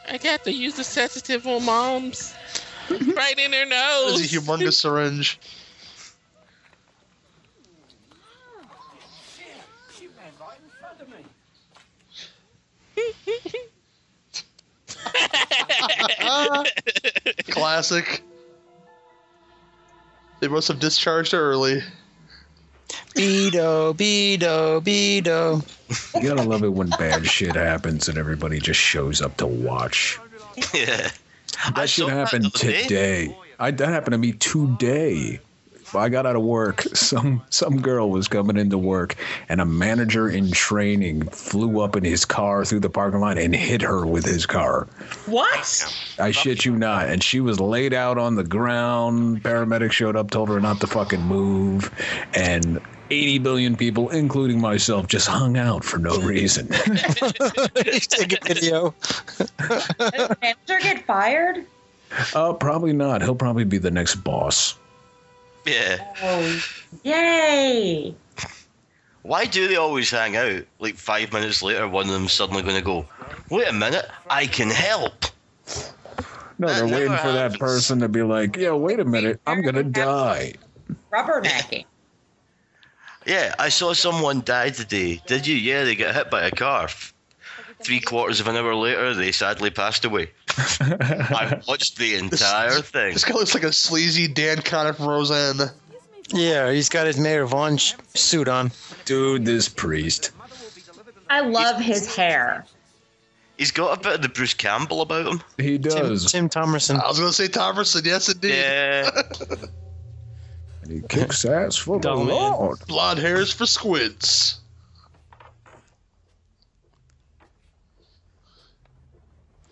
I got to use the sensitive on mom's. Right in
There's a
her nose. [laughs]
humongous syringe.
She ran right in front of me.
Ah, classic. They must have discharged her early.
Bedo, Bedo, Bedo.
You gotta love it when bad shit happens and everybody just shows up to watch.
yeah.
That shit
saw that
happened
the other day.
today. I, that happened to me today. I got out of work. [laughs] Some some girl was coming into work, and a manager in training flew up in his car through the parking lot and hit her with his car.
What?
I shit you not. And she was laid out on the ground. Paramedic showed up, told her not to fucking move, and 80 billion people, including myself, just hung out for no [laughs] reason.
[laughs] Take a video.
Does the manager get
[laughs]
fired?
uh, probably not. He'll probably be the next boss.
Yeah.
Oh, yay!
Why do they always hang out? Like five minutes later, one of them's suddenly going to go, wait a minute, I can help.
No,
That
they're
never
waiting for that
happens.
person to be like, yeah, wait a minute, I'm gonna die.
Rubbernecking.
Yeah, I saw someone die today. Did you? Yeah, they got hit by a car. F- Three quarters of an hour later, they sadly passed away.
[laughs]
I watched the entire thing.
This guy looks like a sleazy Dan Connor from Roseanne.
Excuse me
Yeah, he's got his Mayor Vaughn sh- suit on.
Dude, this priest.
I love his hair.
He's got a bit of the Bruce Campbell about him.
He
Tim,
does.
Tim Thomerson.
I was going to say Thomerson. Yes, indeed.
Yeah.
And he kicks ass for the
Dumb man.
Lord.
Blonde hairs for squids.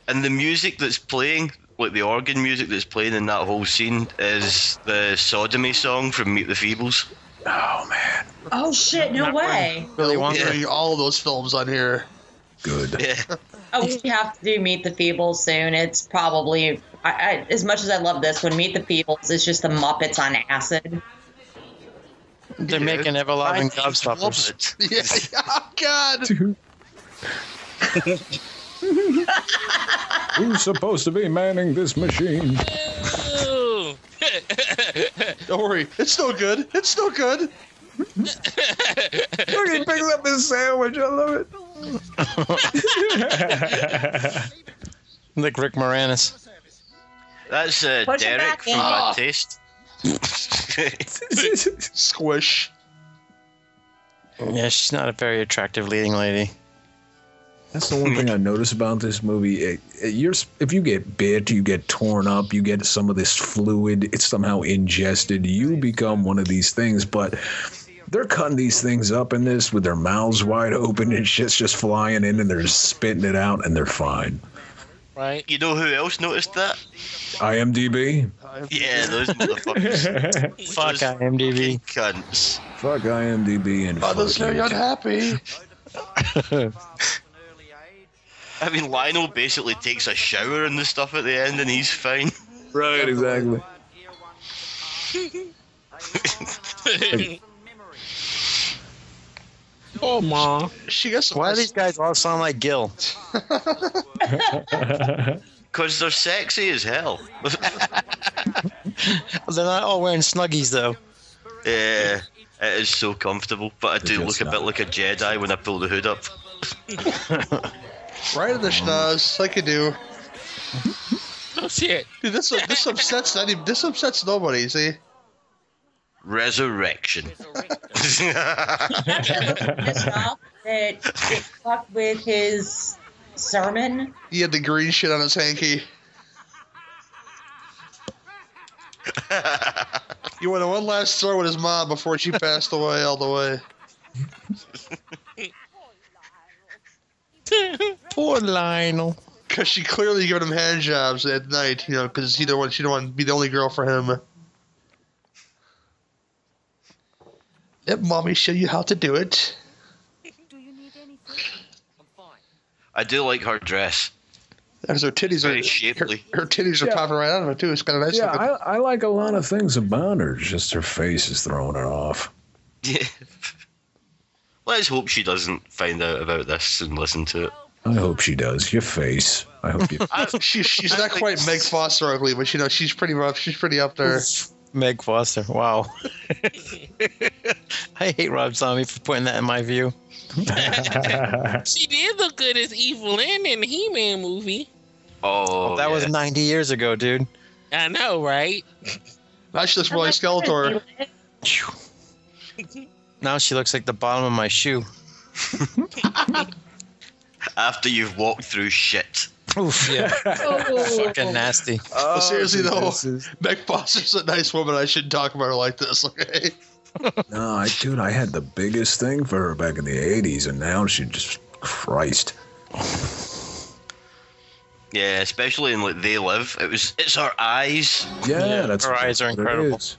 and the music that's playing, like the organ music that's playing in that whole scene, is the sodomy song from Meet the Feebles.
Oh man,
Oh shit! No
Not
way.
Really
We're
wonder.
getting all of those films on here. [laughs]
good.
Yeah.
Oh, we have to do Meet the Feebles soon. It's probably I, I, as much as I love this one. Meet the Feebles is just the Muppets on acid.
They're making Everloving Gobstoppers.
Yeah. Oh, God.
Dude. Who's supposed to be manning this machine?
Ooh.
Don't worry. It's still good. It's still good.
Look, he picks up his sandwich. I love it.
Like Rick Moranis.
That's uh,
Push it
Derek
back
from
in.
Bad
Ah.
Oh.
Taste. [laughs]
Squish.
Yeah, she's not a very attractive leading lady.
[laughs] That's the one thing I notice about this movie. It, it- you're, s- if you get bit, you get torn up, you get some of this fluid, it's somehow ingested, you become one of these things. But they're cutting these things up in this with their mouths wide open and shit's just flying in and they're spitting it out and they're fine.
[laughs] right?
you know who else noticed that?
IMDb?
Yeah, those
[laughs]
motherfuckers.
Fuck
Those
IMDb.
cunts.
Fuck IMDb and
Mother's
fuck
very
it.
unhappy.
I mean, Lionel basically takes a shower and the stuff at the end, and he's fine.
Right, exactly.
oh, mom.
She got some.
Why do these guys all sound like Gil?
Because they're sexy as hell. [laughs]
They're not all wearing snuggies though.
yeah, it is so comfortable. But I
They're
do look
just
a bit
not.
like a Jedi when I pull the hood up.
Right in the schnoz, like you do.
No Oh, shit.
Dude, this this upsets not even, this upsets nobody. See,
Resurrection. [laughs]
[laughs]
Pissed off that it fucked with his sermon.
he had the green shit on his hanky. You wanted one last throw at his mom before she passed away all the way.
Poor Lionel.
Because she clearly giving him hand jobs at night, you know, because he don't want she don't want to be the only girl for him. Let mommy show you how to do it.
Do you need anything?
I do like her dress. [laughs]
Because her titties
Very
are her,
shapely.
her titties are
Yeah.
popping right out of it too. It's kind of nice.
Yeah,
looking.
I, I like a lot of things about her. It's Just her face is throwing her off.
Yeah. Let's hope she doesn't find out about this and listen to it.
I hope she does. Your face.
[laughs]
I hope you. [laughs]
she, she's not
think-
quite Meg Foster ugly, but you know she's pretty rough. She's pretty up there.
Meg Foster. Wow. [laughs] I hate Rob Zombie for putting that in my view.
She did look good as Evelyn in the He Man movie.
Oh,
that was 90 years ago, dude.
I know, right?
Now she looks more like Skeletor.
Now she looks like the bottom of my shoe.
after you've walked through shit.
Oof, yeah.
Oh,
[laughs] Fucking nasty.
But seriously
Oh,
though,
this is-
Meg Foster's a nice woman. I shouldn't talk about her like this. Okay,
No, I, dude, I had the biggest thing for her back in the '80s, and now she just Christ.
Yeah, especially in like They Live. It was. It's her eyes. [laughs]
Yeah,
Yeah,
that's
her eyes are
what it
incredible.
is.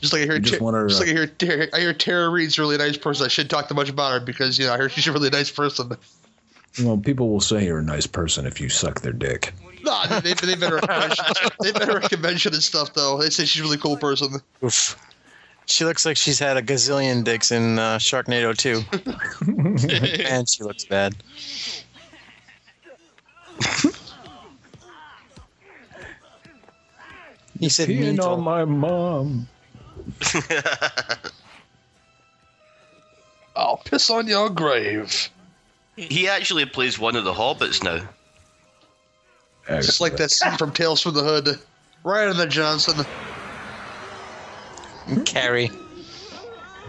just like I hear,
You just
Ter-
want her,
just
uh,
like I hear, Ter- I hear Tara Reid's a really nice person. I shouldn't talk too much about her because you know I hear she's a really nice person.
Well, people will say you're a nice person if you suck their dick.
Nah, they, they've [laughs] been at her convention. they've been at her convention and stuff though. They say she's a really cool person.
Oof. She looks like she's had a gazillion dicks in uh, Sharknado 2. and she looks bad. he said, mean to him.
my mom.
I'll Oh, piss on your grave.
He actually plays one of the hobbits now.
Just like that scene from Tales from the Hood. Right on the Johnson.
Carrie.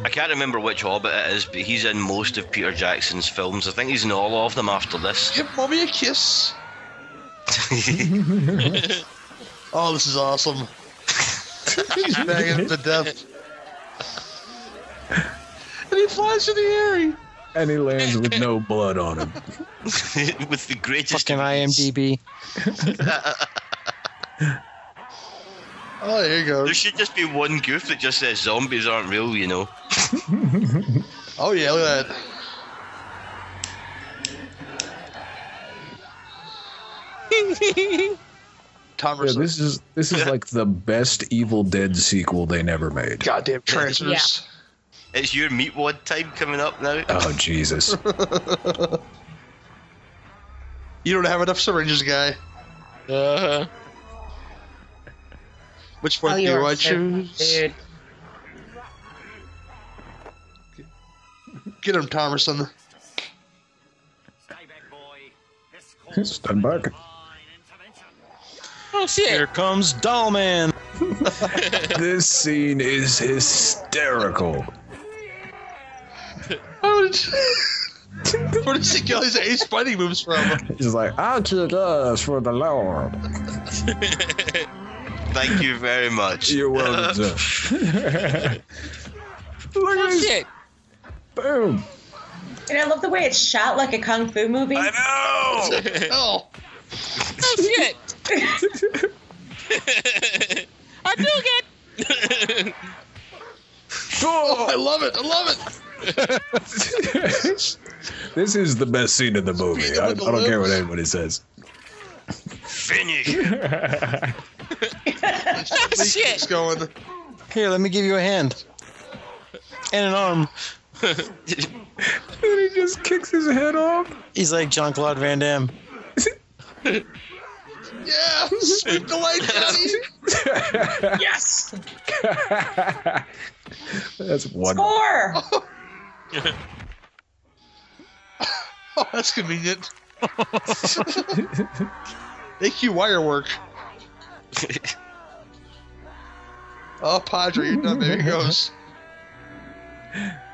I can't remember which Hobbit it is, but he's in most of Peter Jackson's films. I think he's in all of them after this. [laughs]
Give mommy a kiss. oh, this is [laughs] awesome. He's banging to death. And he flies through the air. He-
And he lands with no blood on him.
With the greatest.
Fucking IMDb.
Oh, there you go.
There should just be one goof that just says zombies aren't real, you know.
Oh, yeah, look at that. [laughs] Tom
Yeah,
Russo.
this is this is like the best Evil Dead sequel they never made.
Goddamn transfers.
It's your meat wad time coming up now.
Oh Jesus!
[laughs] You don't have enough syringes, guy.
Uh,
Which
Oh,
one
you
do
are
I
so-
choose?
Dude.
Get him, Thomerson.
Stay back, boy. This
Stand back.
Fine intervention.
oh shit.
Here comes Dollman.
this scene is hysterical.
[laughs] Where did she get all these ace fighting moves from?
He's like, "I did us for the Lord."
Thank you very much.
You're [laughs] welcome. Sir. Look at
Oh
this!
shit.
Boom!
And I love the way it's shot like a kung fu movie.
I [laughs] know.
Oh,
Oh shit.
[laughs]
I do get.
oh, I love it. I love it.
this is the best scene in the movie. I, I don't care what anybody says.
Finish.
[laughs]
[laughs]
oh shit.
It's going.
Here, let me give you a hand. And an arm.
And he just kicks his head off.
He's like Jean Claude Van Damme.
Yeah, sweep the light, Johnny.
yes!
That's wonderful.
Score!
[laughs] Oh, that's convenient. AQ wire work. Oh, Padre, you're done. There he goes.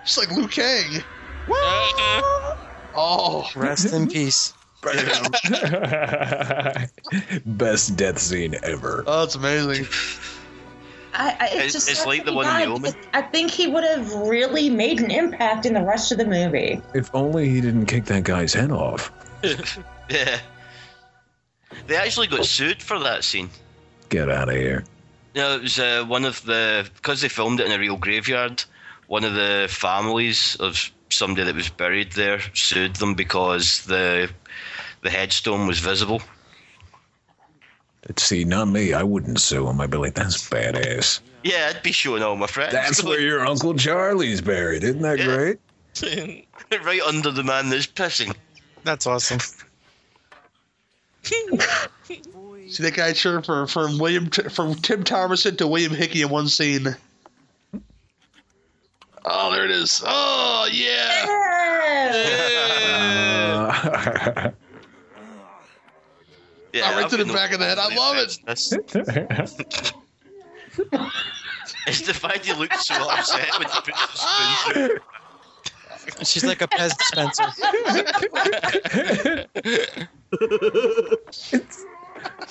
It's like Liu Kang.
Uh-uh.
Oh,
Rest in peace.
[laughs] Best death scene ever.
oh, that's amazing.
I, I,
It's-
it's, just
it's
such
like
a
the one in
vibe.
The Omen.
I think he would have really made an impact in the rest of the movie.
If only he didn't kick that guy's head off.
yeah. They actually got sued for that scene.
Get out of here.
No, it was uh, one of the because they filmed it in a real graveyard. One of the families of somebody that was buried there sued them because the the headstone was visible.
Let's see, not me. I wouldn't sue him. I'd be like, that's badass.
Yeah, I'd be showing all my friends. [laughs]
That's where your Uncle Charlie's buried. Isn't that
Yeah.
great? [laughs]
right under the man that's pissing.
That's awesome.
See that guy turned from from William T- from Tim Thomerson to William Hickey in one scene. Oh, there it is. Oh
[laughs]
yeah.
Yeah.
Uh,
Yeah,
Oh, right
I've
to
got
the
no
back of the head. I love
problem with this. It's the fact he looks so upset when he puts
[laughs]
the spoon through.
She's like a Pez dispenser.
[laughs]
[laughs]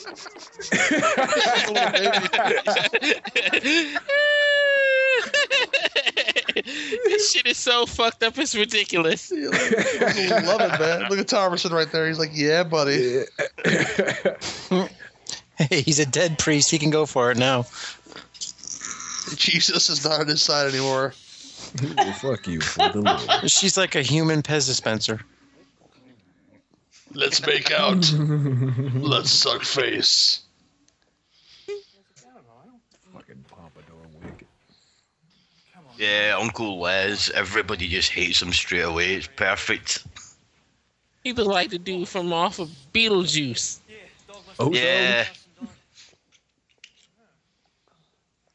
this shit is so fucked up. It's ridiculous.
I love it, man. Look at Thomerson right there. He's like, yeah, buddy.
Hey, he's a dead priest. He can go for it now.
[laughs] Jesus is not on his side anymore.
well, fuck you for the
[laughs]
Lord.
She's like a human Pez dispenser.
Let's make out. Let's suck face.
Fucking pompadour wig.
Yeah, Uncle Les. Everybody just hates him straight away. It's perfect.
He looked like the dude from off of Beetlejuice. [laughs]
Ozone?
Yeah.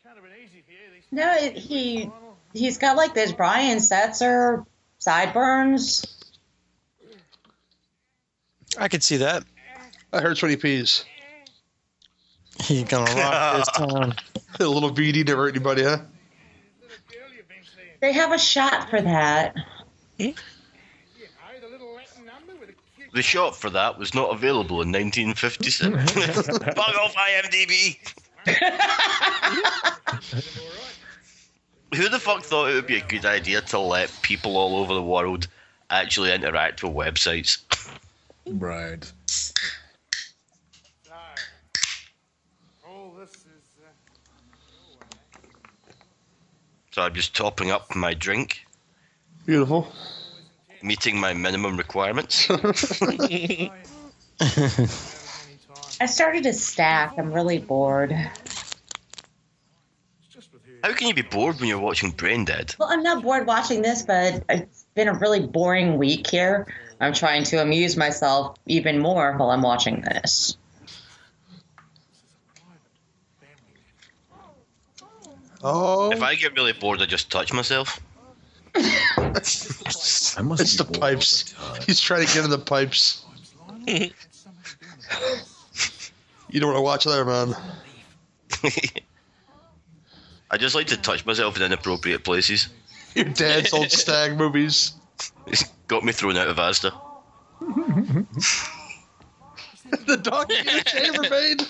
Kind of an easy for you, these
no, it- he, he's got like those Brian Setzer sideburns.
I could see that.
I heard 20 P's.
He's gonna rock this town.
A little BD never hurt anybody, huh?
They have a shot for that. [laughs]
The shot for that was not available in [laughs] 1957. Bug off IMDb. Who the fuck thought it would be a good idea to let people all over the world actually interact with websites?
Right.
Oh, this is. Uh, oh,
So I'm just topping up my drink,
Beautiful.
meeting my minimum requirements.
[laughs]
I started a stack. I'm really bored.
How can you be bored when you're watching Brain Dead?
Well, I'm not bored watching this, but it's been a really boring week here. I'm trying to amuse myself even more while I'm watching this.
Oh,
If I get really bored, I just touch myself. [laughs]
I
[laughs]
must
it's the
be bored
pipes.
all the time.
He's trying to get in the [laughs] pipes. you don't want to watch there, man.
I just like to touch myself in inappropriate places.
Your dad's [laughs] old stag movies.
It's got me thrown out of Asda.
[laughs]
[laughs]
the donkey in the chambermaid.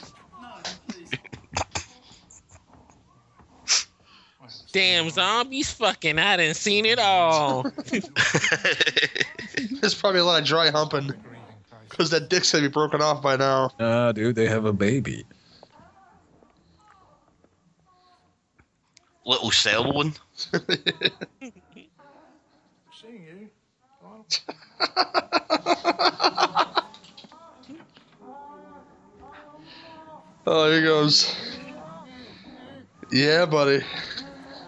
Damn zombies fucking. I didn't seen it all. [laughs]
There's probably a lot of dry humping because that dick's gonna be broken off by now. [laughs]
Nah, dude, they have a baby.
Little cell one.
seeing you. Oh, Lionel.
Oh, here goes. Yeah, buddy.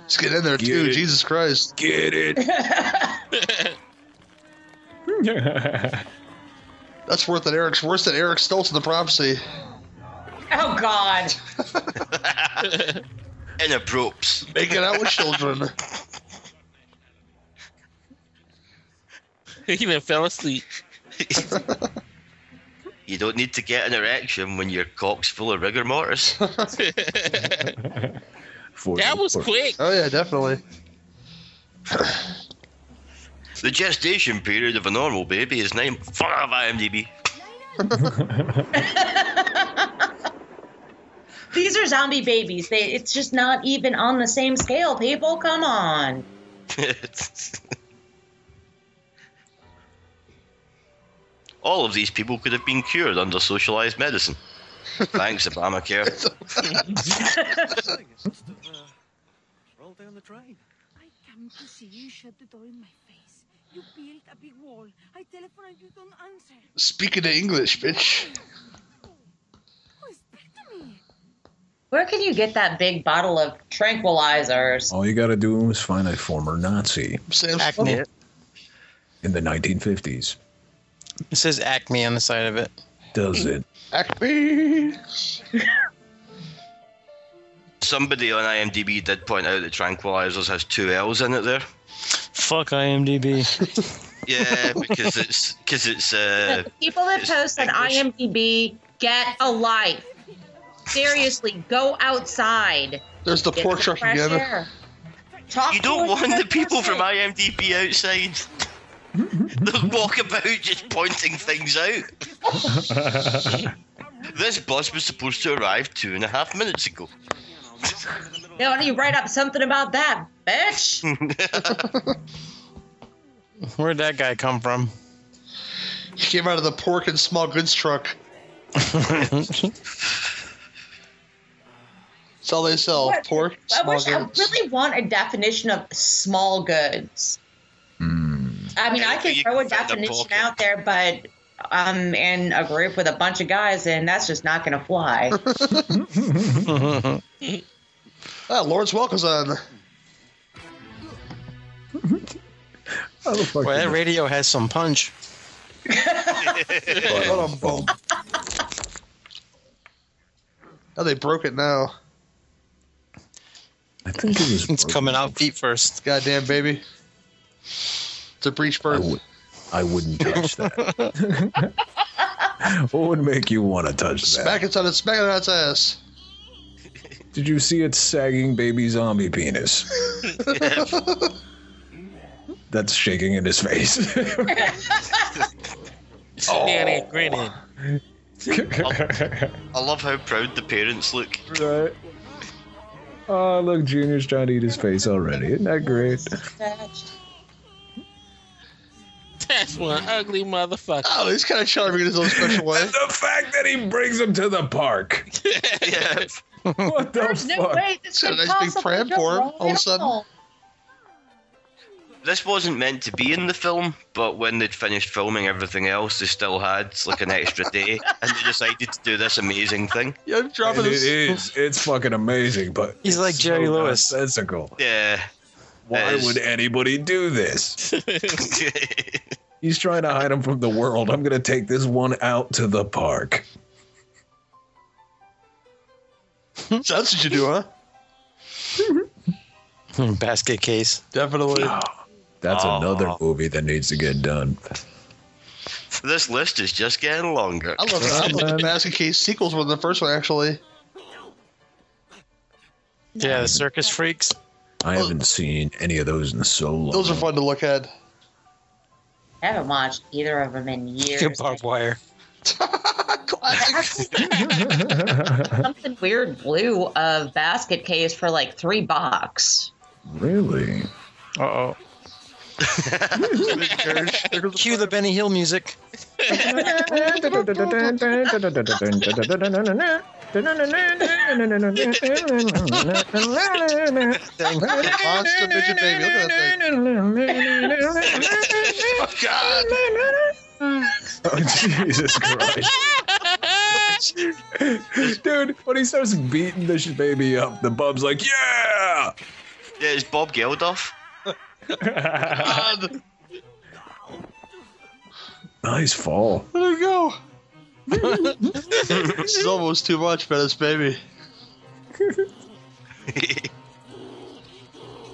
Let's get in there
Get
too.
it.
Jesus Christ.
Get [laughs] it.
That's worth than Eric's worse than Eric Stoltz in the prophecy.
Oh, God.
Inappropriate. [laughs]
Making out with
[laughs]
children.
he done fell asleep. [laughs]
You don't need to get an erection when your cock's full of rigor mortis.
that
For
was
sure.
quick.
Oh yeah, definitely.
the gestation period of a normal baby is nine. Fuck off, IMDb.
[laughs] These are zombie babies. They, it's just not even on the same scale, people. Come on. [laughs]
[laughs] All of these people could have been cured under socialized medicine. Thanks, Obamacare.
Thing is, just, uh, roll down the drain.
I come to see you shut the door in my face. You built a big wall. I telephone and you don't answer.
Speaking to English, bitch.
Who is back to me?
Where can you get that big bottle of tranquilizers?
Oh,
All you got to do is find a former Nazi
Sam's
Acme.
in the 1950s.
It says Acme on the side of it.
Does it?
Acme.
Somebody on IMDb did point out that tranquilizers has two L's in it there.
Fuck IMDb.
Yeah, because it's because
[laughs]
it's uh,
The people that
Just
post on
English.
IMDb get a life. Seriously, go outside.
There's the
Get
pork
some
truck
fresh
again.
air. Talk
you
to
don't
a
want the
good
people from
person.
IMDb outside. [laughs] They'll walk about just pointing things
[laughs]
out. This bus was supposed to arrive two and a half minutes ago. [laughs]
Yeah, why don't you write up something about that,
Hmm.
bitch?
Where'd that guy come from? [laughs]
He came out of the pork and small goods truck. That's all they sell.
What?
Pork,
I
small
wish I
goods.
really want a definition of small goods. I mean, I
Anything
could
Hmm. you
throw a
can fit in a
definition
pocket.
out there, but I'm in a group with a bunch of guys, and that's just not going to
[laughs]
fly. [laughs]
Ah, Lawrence Welkins on.
[laughs] How the fuck
Well,
did
that radio has some punch.
that-
Hold on, boom. Oh, they broke it now.
I think it was.
[laughs] It's coming out feet first.
Goddamn baby. It's a breech
I,
birth.
would, I wouldn't touch that. [laughs] what would make you want to touch that?
Smack it on its smack it on its ass.
Did you see its sagging baby zombie penis? that's shaking in his face. [laughs]
Sit down and grinning.
I love how proud the parents look.
Right. Oh, look, Junior's trying to eat his face already. Isn't that great?
That's one ugly motherfucker.
Oh, he's kind of charming in his own [laughs] special way.
And the fact that he brings him to the park.
yeah.
[laughs]
What the
There's
fuck?
no way this
He's got a
could
nice big
possibly
pram
go
for him
wrong
all of a
at
sudden.
all.
This wasn't meant to be in the film, but when they'd finished filming everything else, they still had like an extra day, and they decided to do this amazing thing.
Yeah, I'm dropping
And it
this.
is. It's fucking amazing, but
He's
it's
like Jerry
so
Lewis.
Nonsensical.
[laughs]
Yeah. [laughs]
Why
Yes.
would anybody do this?
yeah,
He's trying to hide him from the world. I'm gonna take this one out to the park.
So that's what you do, huh?
Hmm, Basket case.
Definitely.
That's
Aw.
another movie that needs to get done.
This list is just getting longer.
I love I love the Basket Case sequels were the first one actually.
Yeah, the circus freaks.
I haven't seen any of those in so long.
Those are fun to look at. [laughs]
I haven't watched either of them in years.
Barbed wire.
Classic.
Something weird blue of basket case for like three bucks.
[laughs] Really?
Uh oh.
[laughs]
Cue the Benny Hill music.
Monster midget baby. Look at that thing. Oh God.
Oh, Jesus Christ. Dude, when he starts beating this baby up, the bub's like, yeah!
Yeah, it's Bob Geldof. [laughs]
[laughs] God. [laughs]
Nice fall.
Let her go. this is almost too much, but it's baby.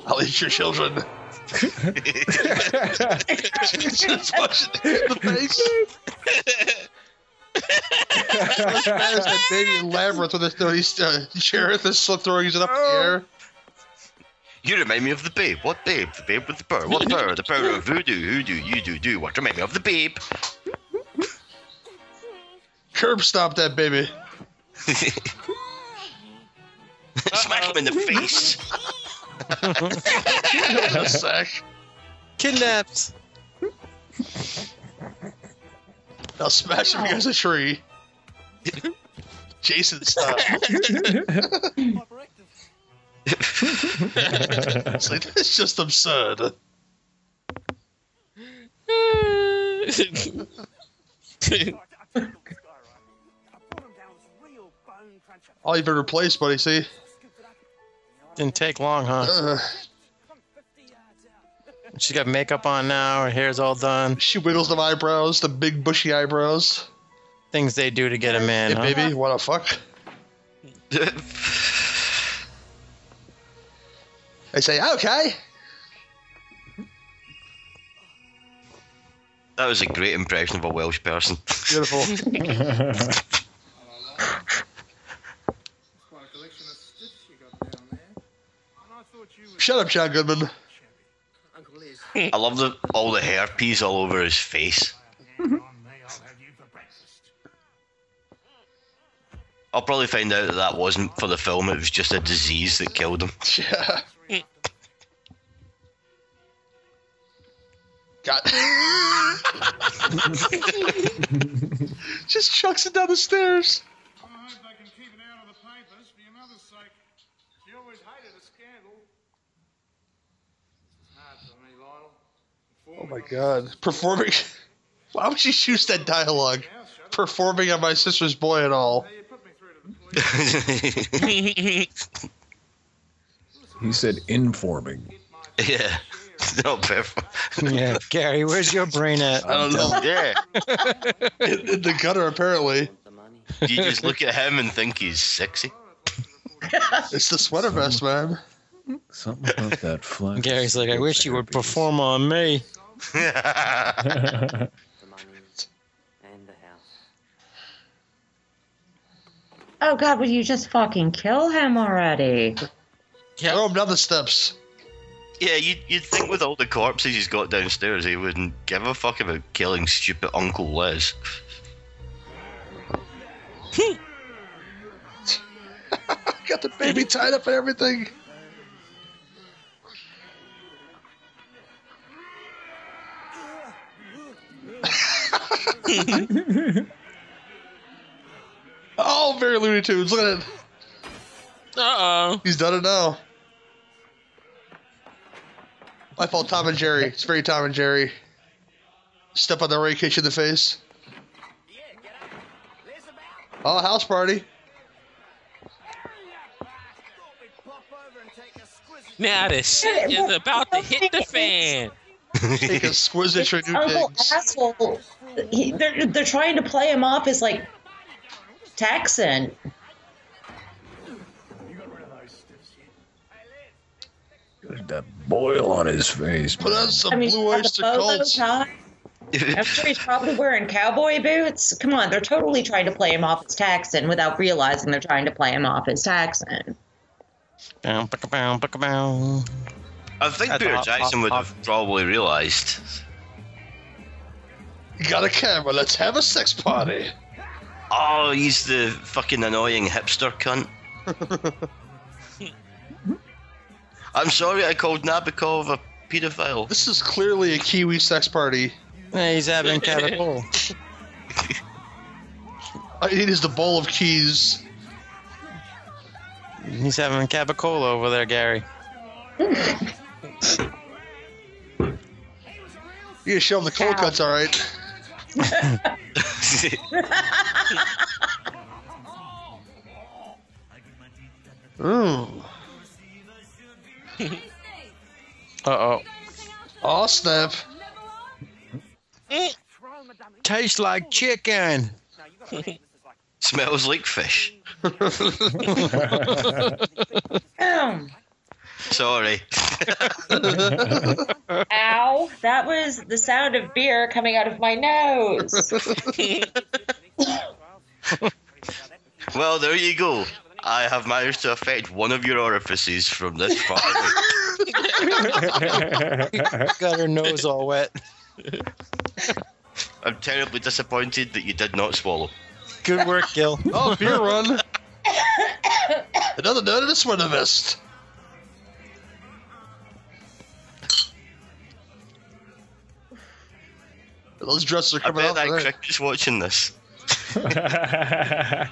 I'll eat your children. [laughs] Just punch it in the face. That is that baby in Labyrinth with his no, he's, uh, Jareth is still throwing it up in the air.
You remind me of the babe. What babe? The babe with the bird. What bird? The bird of voodoo. Hoodoo. You do do. What remind me of the babe? [laughs]
Curb stomp that baby. [laughs]
Smack him in the face. [laughs]
That's sack.
Kidnapped.
I'll smash him against a tree. Jason style.
[laughs]
Hyperactive.
It's like, that's just absurd.
[laughs] I, I took him to Skyrim. I brought him down with real bone cruncher.
All you've been replaced, buddy, see?
Scooped it up.
Didn't take long, huh?
Uh,
From 50 yards out.
She got makeup on now. Her hair's all done.
she wiggles them eyebrows, the big bushy eyebrows.
Things they do to get a man.
Yeah,
huh?
baby, what a fuck. They say, okay.
That was a great impression of a Welsh person.
Beautiful.
Quite a collection of stiffs you got down there. And I thought you were
Shut up, John Goodman.
Uncle Liz.
I love the all the hairpiece all over his face.
Hang [laughs] on me, I'll have you for breakfast.
I'll probably find out that that wasn't for the film. It was just a disease that killed him. [laughs]
Yeah. God. Just chucks it down the stairs.
I hope they can keep it out of the papers for your mother's sake. She always hated a scandal. It's hard for me, Lionel.
Oh my god. Performing. Why would she choose that dialogue? Performing on my sister's boy at all.
You put me through
Hmm?
to the police.
He said informing.
yeah. [laughs] Not perfect.
[laughs] Yeah, Gary, where's your brain at?
I don't know.
Yeah.
In, in the gutter, apparently.
You just look at him and think he's sexy.
It's the sweater vest, man.
Something about that flex.
[laughs] Gary's like, I wish you would perform on me.
The money and the house.
Oh God, will you just fucking kill him already?
Throw him down the Oh, steps.
Yeah, you'd, you'd think with all the corpses he's got downstairs, he wouldn't give a fuck about killing stupid Uncle Liz. [laughs]
Got the baby tied up and everything. [laughs] oh, very Looney Tunes. Look at it.
Uh oh.
He's done it now. I call Tom and Jerry. It's very Tom and Jerry. Step on the right, kick you in the face. Oh, house party.
Now the shit is about to hit the fan. [laughs]
Take
[laughs]
a squiz at your new
Uncle
pigs.
asshole. He, they're they're trying to play him off as like Texan.
There's that boil on his face.
Put on some
I mean,
blue
he's
oyster
got the bolo
cults.
tie. I'm sure he's probably wearing cowboy boots. Come on, they're totally trying to play him off as Texan without realizing they're trying to play him off as Texan.
Bow, bicka, bow, bicka, bow.
I think
That's
Peter
hot-
Jackson
hot-
would have probably realised.
Got a camera. Let's have a sex party.
Oh, he's the fucking annoying hipster cunt. I'm sorry I called Nabokov a paedophile. [laughs]
This is clearly a Kiwi sex party.
Yeah, he's [laughs] having catapult.
All you need is the bowl of keys.
He's having capicola over there, Gary.
You can show them the cold cuts, all right? Ooh.
Uh oh.
Oh, snap.
Tastes like chicken.
Smells like fish.
Boom.
Sorry. [laughs]
Ow. That was the sound of beer coming out of my nose.
well, there you go. I have managed to affect one of your orifices from this far. away.
Got her nose all wet.
I'm terribly disappointed that you did not swallow.
Good work, Gil.
Oh, beer run. Another nut in a sweater vest. Those dresses are
I
coming
bet
out.
that
tonight.
crick is watching this.
Looks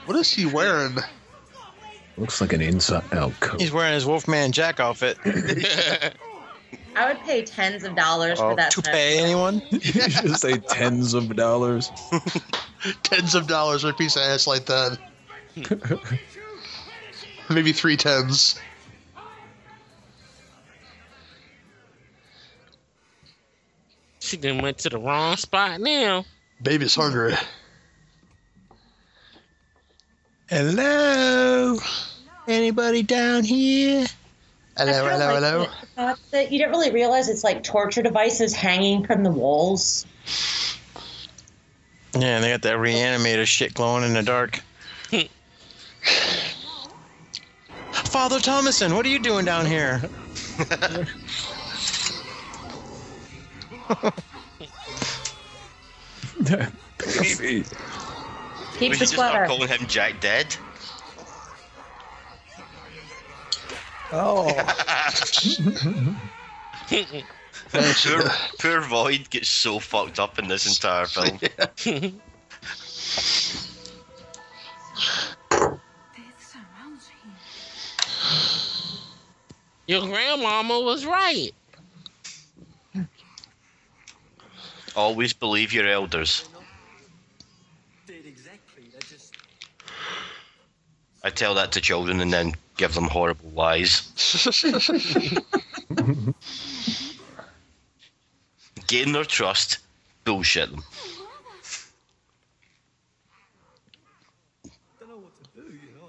What is he wearing?
like an inside out coat. [laughs]
[laughs] He's wearing his Wolfman Jack outfit.
I would pay tens of dollars for
Oh,
that.
to pay anyone?
you should say tens of dollars.
Tens of dollars for a piece of ass like that. Maybe three tens.
She then went to the wrong spot now.
Baby's hungry.
Hello? Anybody down here?
Hello,
I
hello,
kinda
hello.
like the fact that you don't really realize it's like torture devices hanging from the walls.
Yeah, and they got that reanimator shit glowing in the dark. [laughs] Father Thomason, what are you doing down here?
Baby.
Keep
we
the
should just
sweater.
start calling him Jack Dead. [laughs]
Oh.
poor, poor Void gets so fucked up in this entire film.
Death surrounds him.
Your grandmama was right.
Always believe your elders.
Did exactly. They just
I tell that to children and then give them horrible
[laughs]
lies. Gain their trust,
[laughs]
bullshit them.
don't know what to do, you know.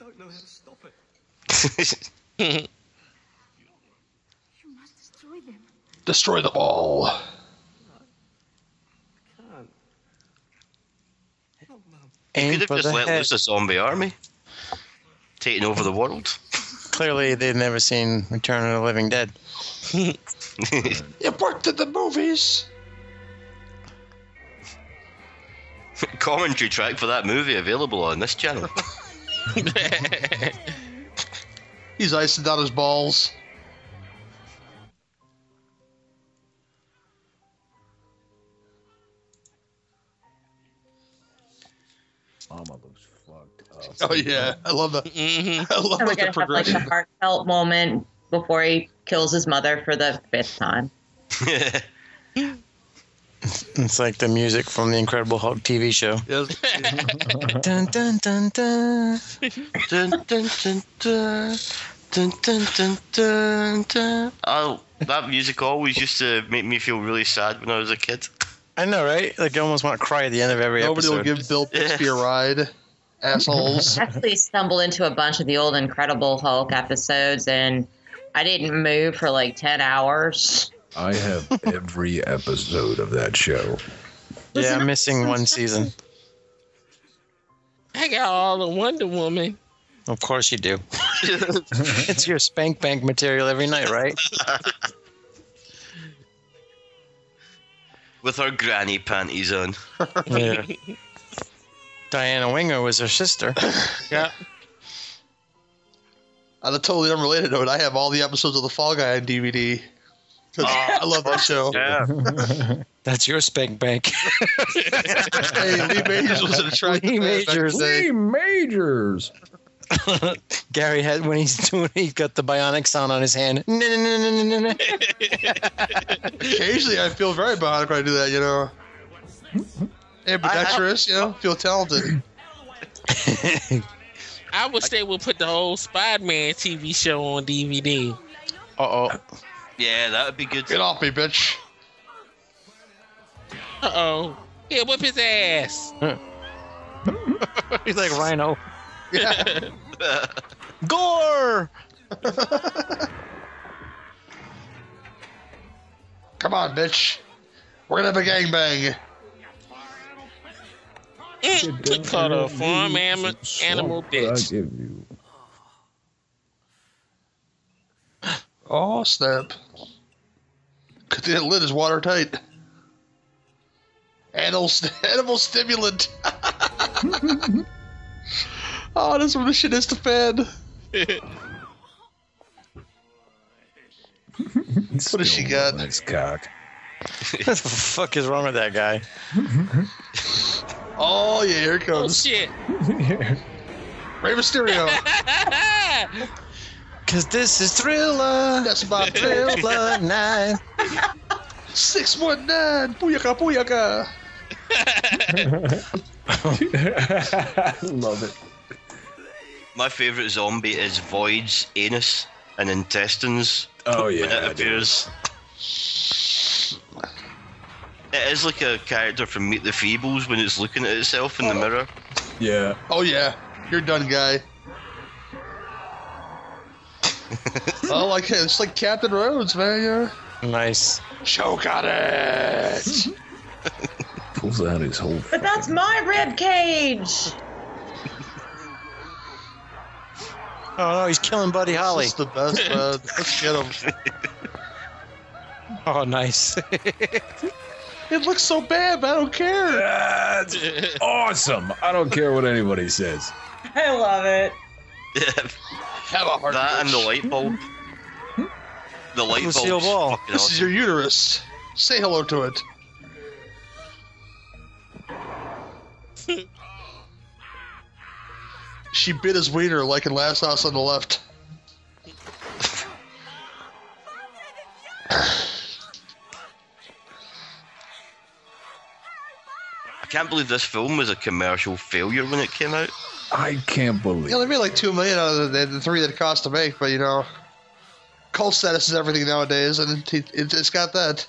I don't know how to stop it.
You must destroy them. [laughs]
Destroy them all.
Can't. No, Mum.
Aim
Could have
for
just
the
let
head.
loose a zombie army, taking over the world.
clearly they've never seen Return of the Living Dead.
You worked at the movies.
[laughs] Commentary track for that movie available on this channel. [laughs]
Mm-hmm.
He's icing down his balls.
Mama looks fucked up.
Oh yeah, I love that. I love
And we're
like, the
gonna have like
progression.
the heartfelt moment before he kills his mother for the fifth time.
It's like the music from the Incredible Hulk TV show.
Yes.
[laughs] Dun dun dun dun.
dun, dun, dun, dun. Dun, dun, dun, dun, dun. Oh, that music always used to make me feel really sad when I was a kid.
I know, right? Like you almost want to cry at the end of every
Nobody will
episode.
give Bill Bixby a ride. Assholes.
Actually, stumbled into a bunch of the old Incredible Hulk episodes, and I didn't move for like ten hours.
I have every episode of that show.
yeah, I'm
[laughs]
missing one season.
I got all the Wonder Woman.
Of course you
[laughs]
do. it's your spank bank material every night, right?
With her granny panties on.
Yeah. [laughs] Diana Winger was her sister.
Yeah.
On a totally unrelated note, I have all the episodes of The Fall Guy on DVD. 'Cause I love that
[laughs]
show.
Yeah.
[coughs] That's your spank bank. [laughs]
Hey, Lee Majors was an attractive
Lee
man back in the
Majors. eh?
day.
Three majors.
Gary had when he's doing he's got the bionic sound on his hand. [laughs] No no no no no no.
Occasionally, I feel very bad when I do that, you know. Ambidextrous, you know, feel talented.
[laughs]
I wish they would put the whole Spider-Man TV show on DVD.
Uh oh.
Yeah, that would be good.
Get off me, bitch.
Uh oh. Yeah, whip his ass.
He's like Rhino. [laughs]
Yeah.
Gore.
Come on, bitch. We're gonna have a gangbang.
Mm, Click cut a farm animal, animal bitch.
I give you.
Oh, snap. Cause the lid is watertight. Animal, st- [laughs] animal stimulant. [laughs] oh, this is when the shit is to fed. What has she
Still
got?
Nice cock.
[laughs] what the fuck is wrong with that guy?
Oh, yeah, here it
Oh
comes.
shit.
Rey Mysterio.
Cause this is thriller.
That's my thrill.
[laughs] Thriller night.
619. Booyaka, booyaka.
[laughs] Love it.
My favourite zombie is Void's anus and intestines.
Oh
when
yeah.
it
I do.
appears. It is like a character from Meet the Feebles when it's looking at itself in the mirror.
Yeah.
Oh, yeah. You're done, guy. oh, like it's like Captain Rhodes, man. You're...
Nice.
Choke on it.
Pulls out his whole.
But that's my rib cage.
Oh no, he's killing Buddy Holly.
That's the best, man. Let's get him.
Oh [laughs] nice.
It looks so bad, but I don't care.
[laughs] That's awesome. I don't care what anybody says.
I love it.
that
[laughs] Have a
[laughs]
heart.
and the light bulb. The light bulb.
Lucille Ball.
This is your uterus. Say hello to [laughs] it. she bit his wiener like in Last House on the Left.
I can't believe this film was a commercial failure when it came out. [laughs]
I can't believe.
You know, they made like two million out of the, the three that it cost to make, but you know, cult status is everything nowadays, and it, it, it's got that.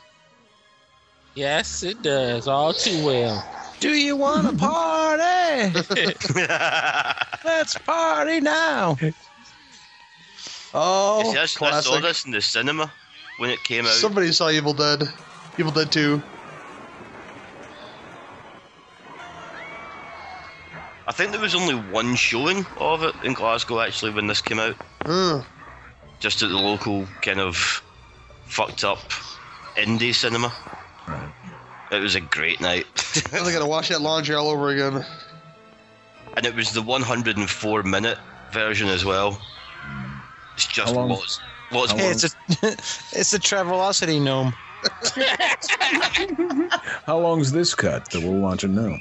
yes, it does. All too well.
Do you want to [laughs] party? Let's party [laughs] now.
Oh,
Oh,
See, I, I saw
classic.
this in the cinema when it came out.
Somebody saw Evil Dead. Evil Dead 2.
I think there was only one showing of it in Glasgow actually when this came out.
Mm.
just at the local kind of fucked up indie cinema.
Right.
It was a great night. [laughs]
Now they gotta wash that laundry all over again.
and it was the 104 minute version as well. It's just
How long-
lots, lots
how
more.
long-
[laughs] it's a it's a Travelocity gnome.
How long's this cut that we're watching now?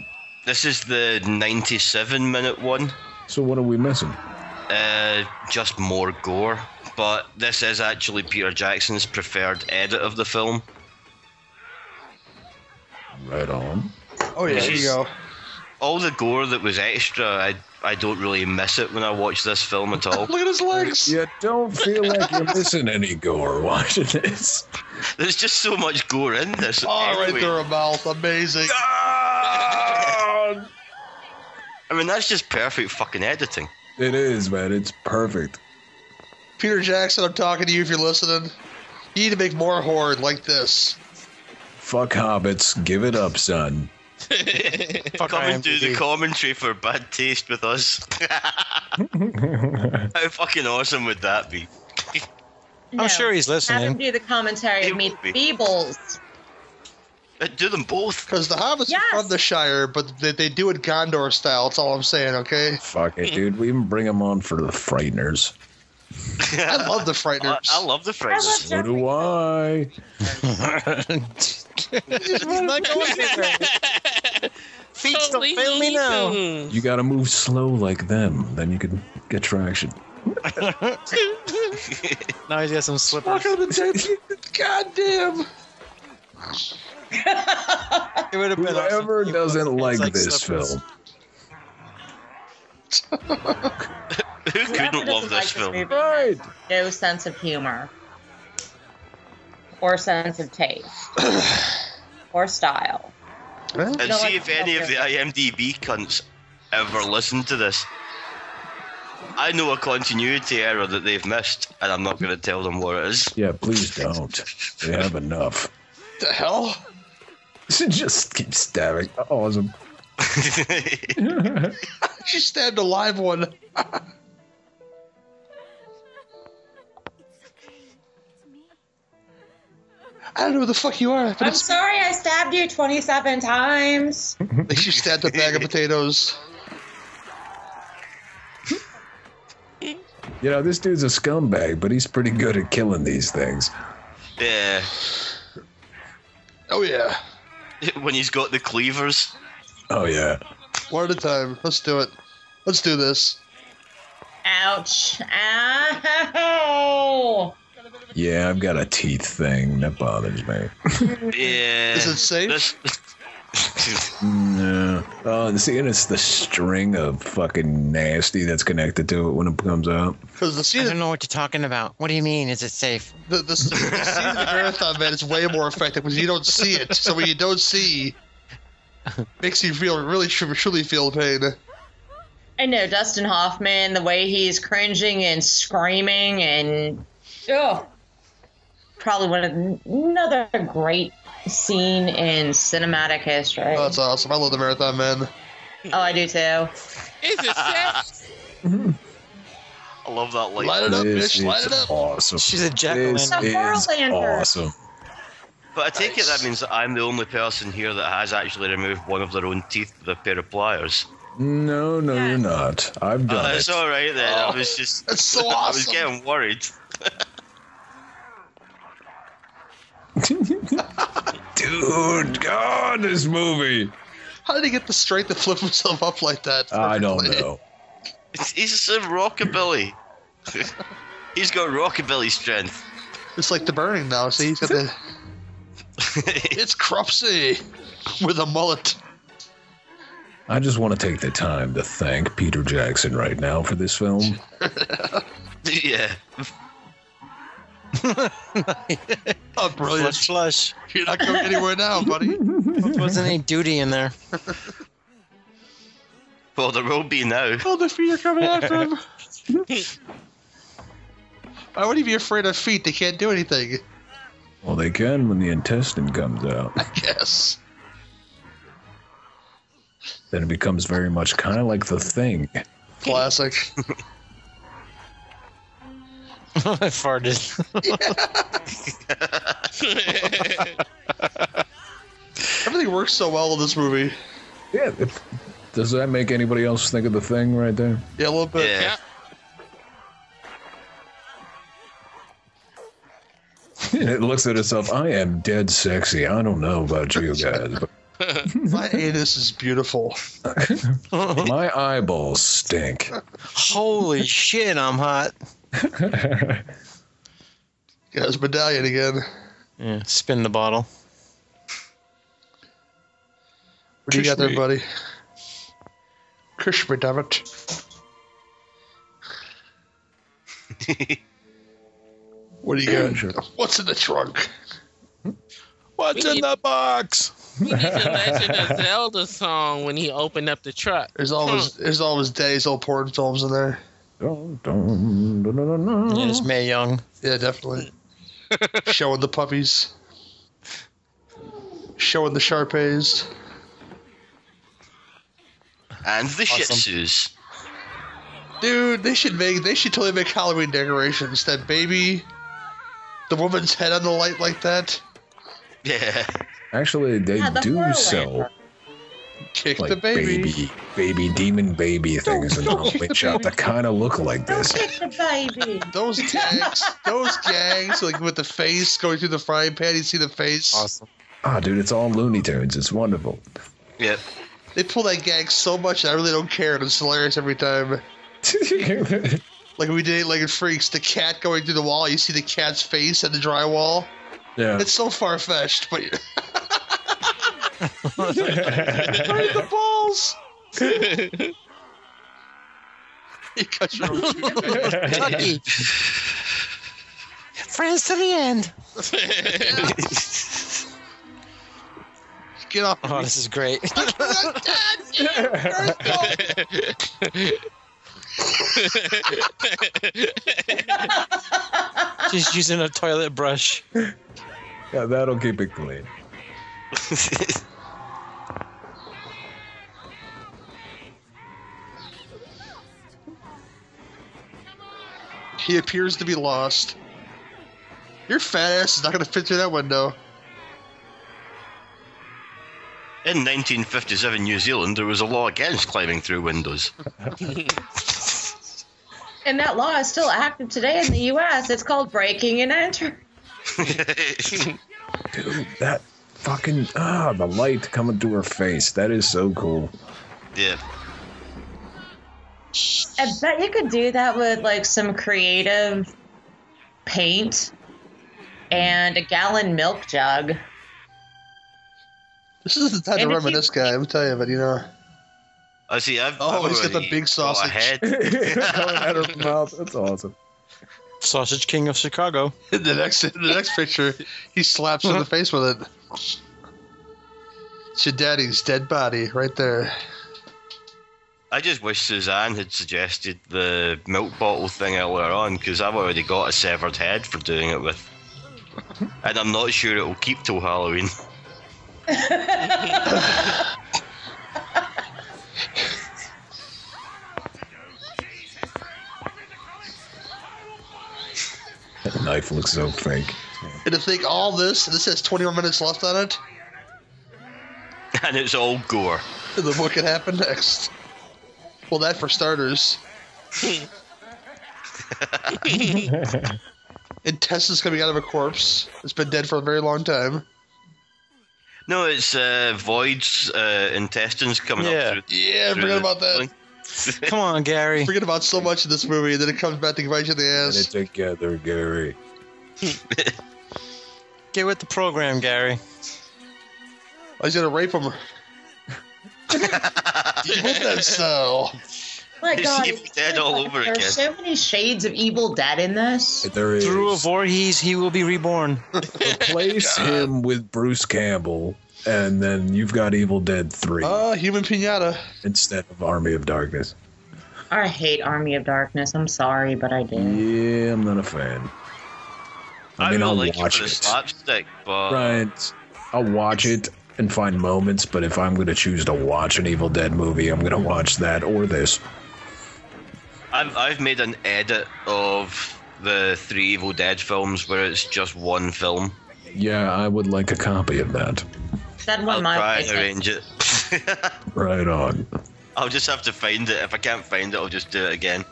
This is the 97 minute one.
So what are we missing?
Uh, just more gore, but this is actually Peter Jackson's preferred edit of the film.
Right on.
Oh yeah, there you go.
All the gore that was extra, I I don't really miss it when I watch this film
[laughs]
at all.
Look at his legs.
You don't feel like you're missing any gore watching this.
There's just so much gore in this.
Oh, right
anyway.
through her mouth. Amazing.
I mean, that's just perfect fucking editing.
It is, man. It's perfect.
Peter Jackson, I'm talking to you if you're listening. You need to make more horror like this.
Fuck hobbits. Give it up, son.
Fuck
[laughs] Come and do the
IMDb.
commentary for bad taste with us. How fucking awesome would that be?
I'm sure he's
Have him
listening.
do the commentary
It
of Meet
would
the
be.
Feebles.
Uh, Do them both.
Because the hobbits
Yes.
are from the Shire, but they, they do it Gondor style. That's all I'm saying, okay?
Fuck it, dude. We even bring him on for the frighteners.
I love the
I,
Frighteners.
I love the
I
friends.
love
So
Jeffrey.
do I.
[laughs] He's not going anywhere. Feet don't
Totally
fail me
Looney
now.
Tunes.
You gotta move slow like them, then you can get [laughs] traction.
Now he's got some slippers.
[laughs]
God damn.
It would have been
Whoever
awesome.
doesn't like,
like
this
slippers.
film,
Who couldn't
Jeffrey
love
doesn't like
this film?
movie.
right?
No sense of humor, or sense of taste, or style.
And
No,
see
I
if any
love
of the IMDb cunts ever listen to this. I know a continuity error that they've missed, and I'm not going to tell them what it is. [laughs]
Yeah, please don't. They have enough. [laughs]
The hell?
Just keep stabbing. Awesome. [laughs]
She stabbed a live one.
It's okay. It's me.
I don't know who the fuck you are,
I'm
but
sorry, I stabbed you 27 times.
it's, she stabbed a bag of potatoes.
You know, this dude's a scumbag, but he's pretty good at killing these things.
yeah,
Oh, yeah.
when he's got the cleavers.
Oh yeah.
One at a time. Let's do it. Let's do this.
Ouch. Ow.
Yeah, I've got a teeth thing. That bothers me.
Mm-hmm.
Yeah.
Is it safe?
This-
No. Oh, and see, and it's the string of fucking nasty that's connected to it when it comes out.
Because the
I
scene,
don't know what you're talking about. What do you mean? Is it safe?
the, the, s- the scene in the marathon, man, is way more effective because you don't see it. So when you don't see, makes you feel really tru- truly feel pain. Oh,
I know Dustin Hoffman, the way he's cringing and screaming and oh, probably one of another great scene in cinematic history.
Oh,
Uh,
that's awesome. I love the marathon, man.
oh, I do too.
Is it
[laughs]
sex?
[laughs] I love that light.
Light it up,
This
bitch. Light
is
it up.
awesome.
She's a jack o'
This
lantern.
Jack-o'-lantern.
is
A Jack-o'-lantern.
awesome.
But I take it that means that I'm the only person here that has actually removed one of their own teeth with a pair of pliers.
No, no,
Yeah.
you're not. I've
Oh,
done
Uh,
that's
it.
all right then.
Oh,
I was just.
that's so
[laughs] I was
awesome.
getting worried.
[laughs] Dude, God, this movie.
How did he get the strength to flip [laughs] himself up like that?
I don't
Perfectly.
know.
It's- He's a
[laughs]
rockabilly. he's got rockabilly strength. [laughs]
It's like the burning now. See, he's got the. it's Cropsy with a mullet.
I just want to take the time to thank Peter Jackson right now for this film.
yeah.
Oh, brilliant.
Flush, flush.
You're not going anywhere now, buddy. [laughs]
Wasn't any duty in there?
Well, there will be now.
Oh, the feet are coming after him. [laughs] I wouldn't be afraid of feet. They can't do anything.
Well, they can when the intestine comes out.
I guess.
Then it becomes very much kind of like the thing.
Classic.
I [laughs] farted.
Everything works so well in this movie.
Yeah. Does that make anybody else think of the thing right there? [laughs]
Yeah, a little bit.
Yeah.
it looks at itself. I am dead sexy. I don't know about you guys, but
My anus is beautiful.
my
[laughs]
eyeballs stink. [laughs]
Holy shit, I'm hot.
Got his medallion again.
Yeah, spin the bottle.
What do you got there,
Krishna.
buddy? Krishna, damn it. What do you got? What's in the trunk?
What's
We
in
need-
the box?
We need the Legend of Zelda song when he opened up the truck.
There's all his, there's all his days, old porn films in there.
Dun, dun, dun, dun, dun,
Yeah,
dun.
it's May Young.
Yeah, definitely. Showing the puppies. Showing the Sharpays.
[laughs] And the Shih
Awesome.
Tzus.
Dude, they should make they should totally make Halloween decorations. That baby, the woman's head on the light like that.
Yeah.
Actually, they
Yeah, the
do
Horror
sell
Lantern.
Kick
like
the baby.
baby, baby demon baby things in the
don't
[laughs]
kick
Halloween
the
shop
baby.
that kind of look like
Don't
this.
kick the baby.
Those gags, those gags, like with the face going through the frying pan, you see the face.
Awesome.
Ah, dude, it's all Looney Tunes. It's wonderful. [laughs]
Yep. [laughs]
They pull that gag so much, I really don't care. and It's hilarious every time. Like we did, like in Freaks, the cat going through the wall, you see the cat's face at the drywall.
yeah. [laughs]
It's so far fetched, but [laughs] right in the balls. [laughs] You cut your own tooth.
Chucky. Friends to the end.
Get
[laughs]
off.
Oh, this is great. She's using a toilet brush.
yeah, that'll keep it clean.
He appears to be lost. Your fat ass is not going to fit through that window.
In 1957 New Zealand, there was a law against climbing through windows. [laughs]
And that law is still active today in the U.S. It's called breaking and enter.
Dude, that fucking ah, the light coming through her face. That is so cool. [laughs]
yeah.
I bet you could do that with like some creative paint and a gallon milk jug.
This is the time
And
to
if you-
reminisce, guy. I'm telling you, but you know.
I see. I've,
Oh,
I've
he's got the
already
big sausage.
Got ahead.
Coming out of her mouth. That's awesome.
Sausage King of Chicago.
[laughs] In the next, in the next picture, he slaps [laughs] her in the face with it. It's your daddy's dead body right there.
I just wish Suzanne had suggested the milk bottle thing earlier on because I've already got a severed head for doing it with. And I'm not sure it will keep till Halloween. [laughs]
That knife looks so fake.
And to think all this, this has 21 minutes left on it,
And it's all gore.
and then what could happen next? Well, that for [laughs] starters. Intestines coming out of a corpse. It's been dead for a very long time.
No, it's uh, Void's uh, intestines coming
Yeah.
up through.
Yeah,
through
forget
the
about that.
ceiling.
[laughs]
Come on, Gary.
Forget about so much in this movie, and then it comes back to bite you in the
Get it
ass.
together, Gary.
Get with the program, Gary.
Oh, he's gonna rape him. [laughs] you want that so?
My
You
God,
see
it's
dead
like-
all over again.
There's so many shades of evil dead in this.
There is.
Through a Voorhees, he will be reborn. [laughs]
Replace him with Bruce Campbell, and then you've got Evil Dead 3
Ah, human pinata.
instead of Army of Darkness.
I hate Army of Darkness. I'm sorry, but I do.
Yeah, I'm not a fan. I,
I,
mean,
really
I'll
like it
watch
for the
it.
slapstick, but
Right. I'll watch it and find moments, but if I'm going to choose to watch an Evil Dead movie, I'm going to watch that or this.
I've, I've made an edit of the three Evil Dead films where it's just one film.
Yeah, I would like a copy of that.
That one
I'll
might
try
be
and
sent.
arrange it. [laughs]
Right on.
I'll just have to find it. If I can't find it, I'll just do it again.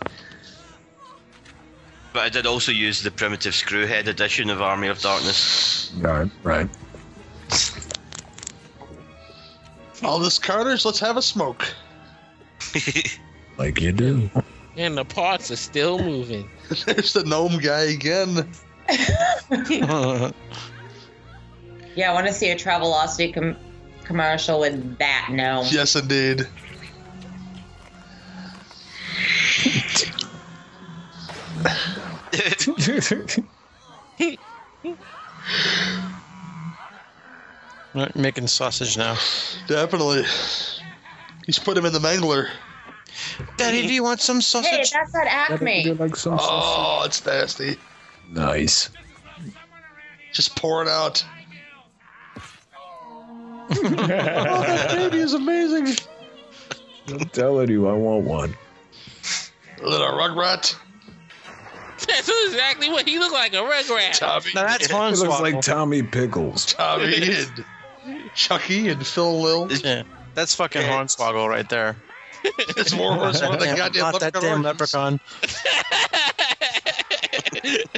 But I did also use the primitive screwhead edition of Army of Darkness. [laughs]
Right, right.
Aldous Carter's, let's have a smoke. [laughs]
Like you do.
And the parts are still moving.
There's the gnome guy again.
[laughs] Yeah, I want to see a Travelocity com- commercial with that gnome.
Yes, indeed.
Right, making sausage now.
Definitely. He's put him in the mangler.
Daddy, do you want some
Hey,
sausage?
that's that
You
Acme.
like sausage?
Oh, it's nasty.
Nice.
Just pour it out. Oh,
I'm
Baby is amazing.
telling you, I want one.
Little rugrat.
That's exactly what he looked like a rugrat.
Tommy.
Now that's
It looks
hornswoggle.
like Tommy Pickles.
Tommy and Chucky and Phil Lil.
yeah, that's fucking hornswoggle right there.
It's more worse
[laughs]
than the
Damn,
goddamn
not that damn
leprechaun.
leprechaun.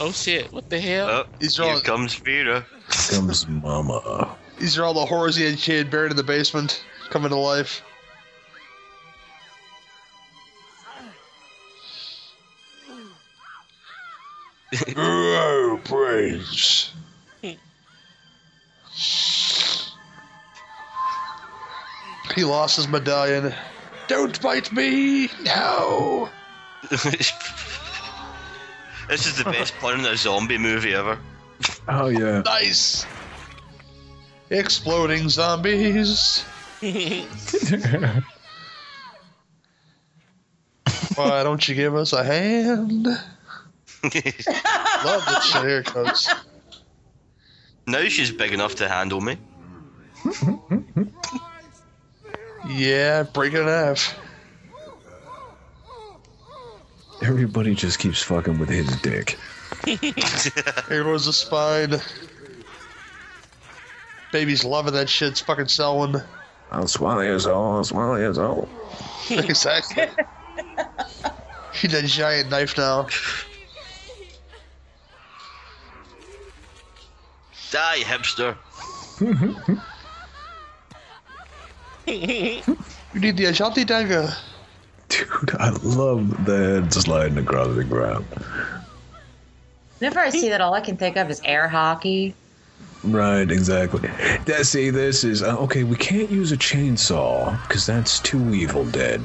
oh shit! What the hell?
Oh,
He's
here
wrong.
comes Vera. [laughs]
Comes Mama.
These are all the horrors he had kid buried in the basement coming to life. oh, praise. he lost his medallion. Don't bite me! No!
this is the
[laughs]
best pun in a zombie movie ever. [laughs]
Oh yeah.
Nice! Exploding zombies! Why don't you give us a hand? Love this shit here, coach.
now she's big enough to handle me. [laughs]
Yeah, break it in half.
[laughs] Everybody just keeps fucking with his dick.
Here goes the spine. Baby's loving that shit. It's fucking selling.
I'll swallow his all. I'll swallow his all.
exactly. She that giant knife now.
Die, hipster.
You need the Ashanti dagger.
Dude, I love the head sliding across the ground.
Whenever I see that, all I can think of is air hockey.
Right, exactly. That, see, this is uh, okay. We can't use a chainsaw because that's too evil dead.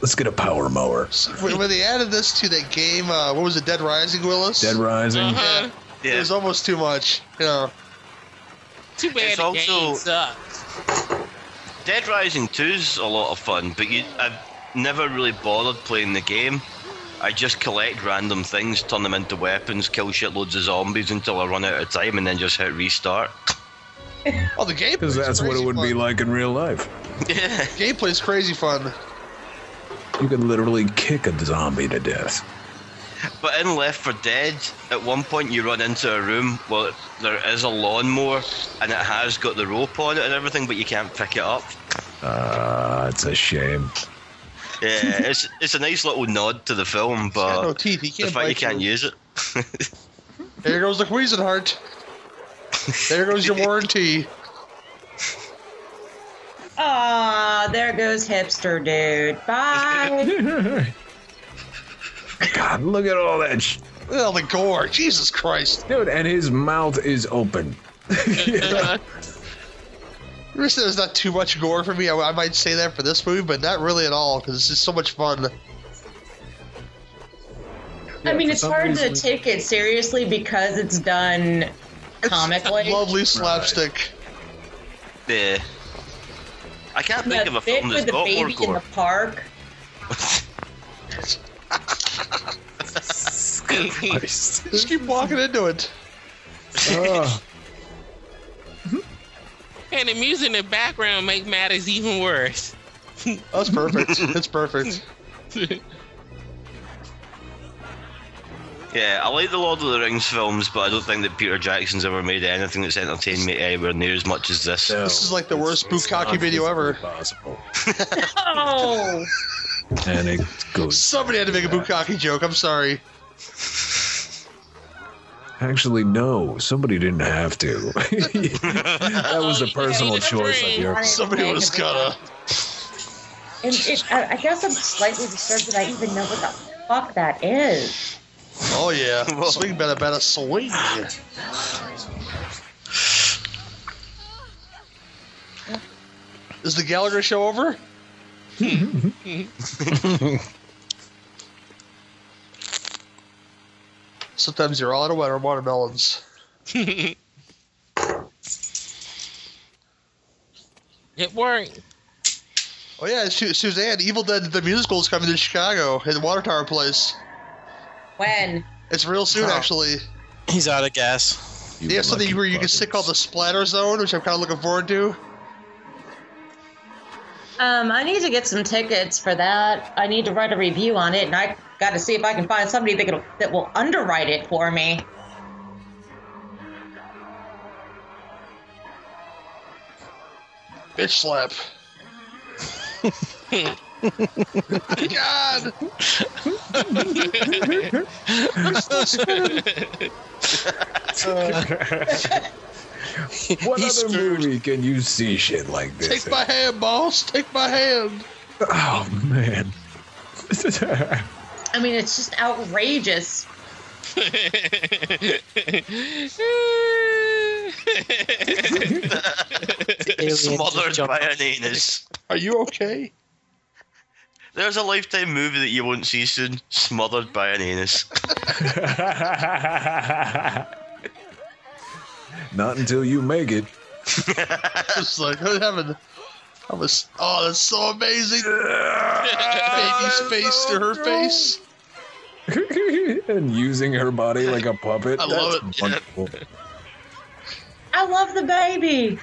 Let's get a power mower.
When, when they added this to that game, uh, what was it, Dead Rising, Willis?
Dead Rising.
Uh-huh.
It
Yeah.
was almost too much. You know,
Too bad
It's
the
also-
game sucks.
Dead Rising 2's a lot of fun, but you, I've never really bothered playing the game. I just collect random things, turn them into weapons, kill shitloads of zombies until I run out of time, and then just hit restart.
oh, the game.
Because that's what it would be like in real life.
Gameplay's crazy fun.
You could literally kick a zombie to death.
But in Left for Dead, at one point you run into a room where there is a lawnmower and it has got the rope on it and everything, but you can't pick it up.
Uh, it's a shame. [laughs]
Yeah, it's it's a nice little nod to the film,
Got no
but
teeth. He
the
Oh, can't
fact
bite
you can't use it. [laughs]
There goes the
[laughs]
Cuisinart. there goes your warranty.
Ah, there goes hipster dude. Bye.
[laughs] God, look at all that, sh-
Well, Oh, the gore. Jesus Christ.
dude. And his mouth is open.
There's there's not too much gore for me. I, I might say that for this movie, but not really at all because it's just so much fun.
I mean,
for
it's
some
hard
reason-
to take it seriously because it's done comically.
Lovely slapstick.
Yeah. I can't think
The
of a
bit
film that's
with the
got more
baby in the
gore.
park.
[laughs] Christ.
Just keep walking into it.
[laughs] Ugh.
and the music in the background make matters even worse. [laughs]
Oh, That's perfect. That's perfect.
[laughs] Yeah, I like the Lord of the Rings films, but I don't think that Peter Jackson's ever made anything that's entertained me anywhere near as much as this.
This is like the worst bukkake video ever. [laughs]
Possible.
Oh,
And it goes.
Somebody had to make a bukkake joke. I'm sorry.
Actually, no. Somebody didn't have to. [laughs] that was a personal choice on your.
Somebody was gonna.
and it, I, I guess I'm slightly disturbed that I even know what the fuck that is.
Oh [laughs] yeah, swing better, better swing. Is the Gallagher show over? [laughs] Sometimes you're all out of water watermelons.
It worked.
Oh yeah, Su- Suzanne, Evil Dead the musical is coming to Chicago at the Water Tower Place.
When?
It's real soon,
Oh.
actually.
He's out of gas.
They have something where you can stick called the Splatter Zone, which I'm kind of looking forward to.
Um, I need to get some tickets for that. I need to write a review on it, and I got to see if I can find somebody that, can, that will underwrite it for me.
Bitch slap. [laughs] God,
[laughs] What other movie can you see shit like this?
take my hand, boss. Take my hand.
Oh man.
[laughs]
[laughs]
I mean, it's just outrageous.
Smothered by an anus.
Are you okay?
There's a lifetime movie that you won't see soon. Smothered by an anus.
Not until you make it.
It's like what happened? I was. Oh, that's so amazing. [laughs] Baby's face to her face.
[laughs] and using her body like a puppet.
I love
That's
it.
Wonderful.
I love the baby.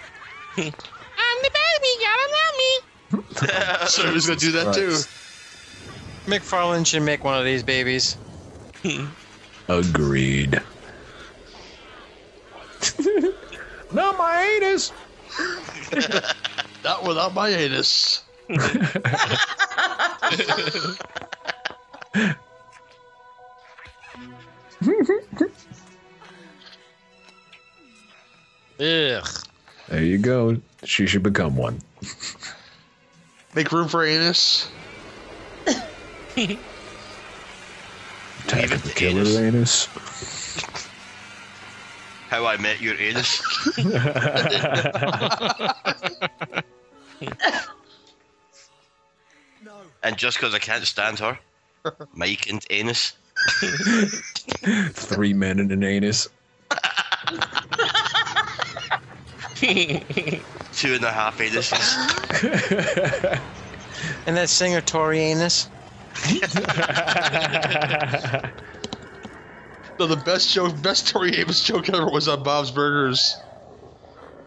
I'm the baby. Y'all love me.
So he was gonna do that too.
Christ.
McFarlane should make one of these babies.
Agreed. [laughs] Not my [laughs] anus.
Not without my anus.
Ugh.
There you go. She should become one.
Make room for anus.
Attack
Leave it
of the
to
killer
anus.
anus.
How I Met Your
[laughs]
Anus. and just because I can't stand her, Mike and Anus.
Three men and an anus.
Two and a half anuses. [laughs]
And that singer Tori Anus.
No, the best joke, best Tori Amos joke ever was on Bob's Burgers.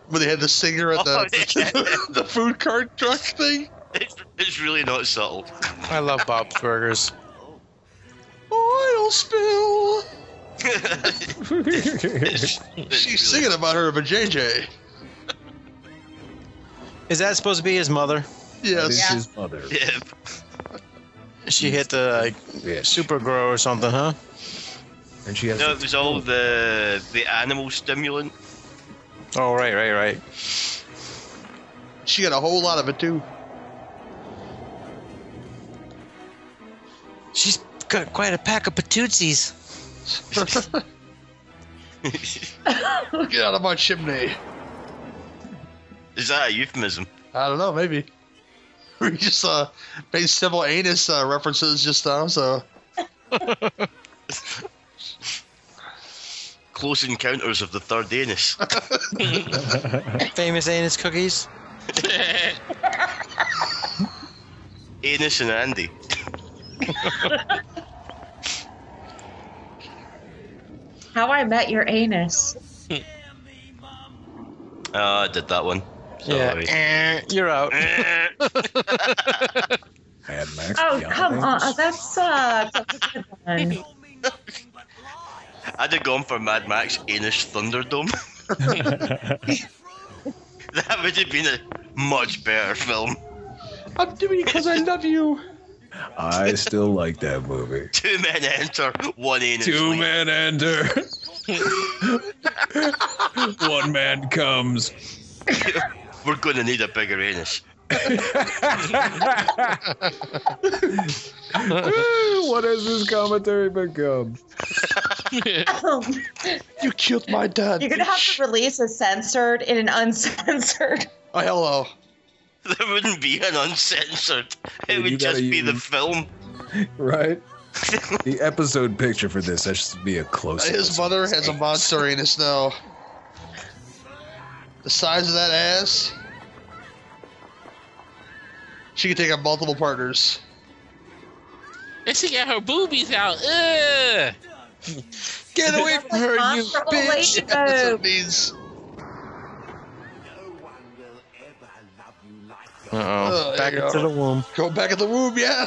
When they had the singer at the,
Oh, yeah.
[laughs] the food cart truck thing.
It's, it's really not subtle. [laughs]
I love Bob's Burgers.
Oil spill.
It's-
[laughs]
it's really-
She's singing about her vajayjay.
Is that supposed to be his mother?
This
Yes.
Yeah.
is mother.
[laughs] Yeah,
She hit the like,
bitch.
super grow or something, huh?
And she has
no, it was all the the animal stimulant. [laughs]
Oh, right, right, right.
She got a whole lot of it too. [laughs]
She's got quite a pack of patootsies.
Get out of my chimney.
Is that a euphemism?
I don't know, maybe. [laughs] We just uh, made several anus uh, references just now, so
Close encounters of the third anus.
Famous anus cookies.
anus and Andy.
How I Met Your Anus.
Oh, I did that one.
Oh,
Sorry.
Yeah. Eh, You're out.
Mad Max.
Oh,
Beyond
come on.
Oh,
Anus.
[laughs] That sucks. That was a good one.
[laughs] I'd have gone for Mad Max Anus Thunderdome. [laughs] that would have been a much better film.
I'm doing it because I love you.
I still like that movie.
Two men enter, one anus.
Two
leaves.
men enter. [laughs] One man comes.
We're going to need a bigger anus. [laughs]
[laughs] what has this commentary become?
Oh,
You killed my dad.
You're gonna have to release a censored and an
[laughs]
uncensored.
Oh, hello.
There wouldn't be an uncensored. It
You
would
gotta
just be the
use-
film.
Right? The episode picture for this that should be a close.
His mother has a
[laughs]
monster anus now. The size of that ass. She can take on multiple partners.
And she got her boobies out. Ugh.
[laughs] Get away from her, you
Monster
bitch!
[laughs] lady
That's what
boob.
[laughs] it means.
Uh-oh.
Oh,
Back
there you
into
are.
the womb.
Go back in the womb, yeah.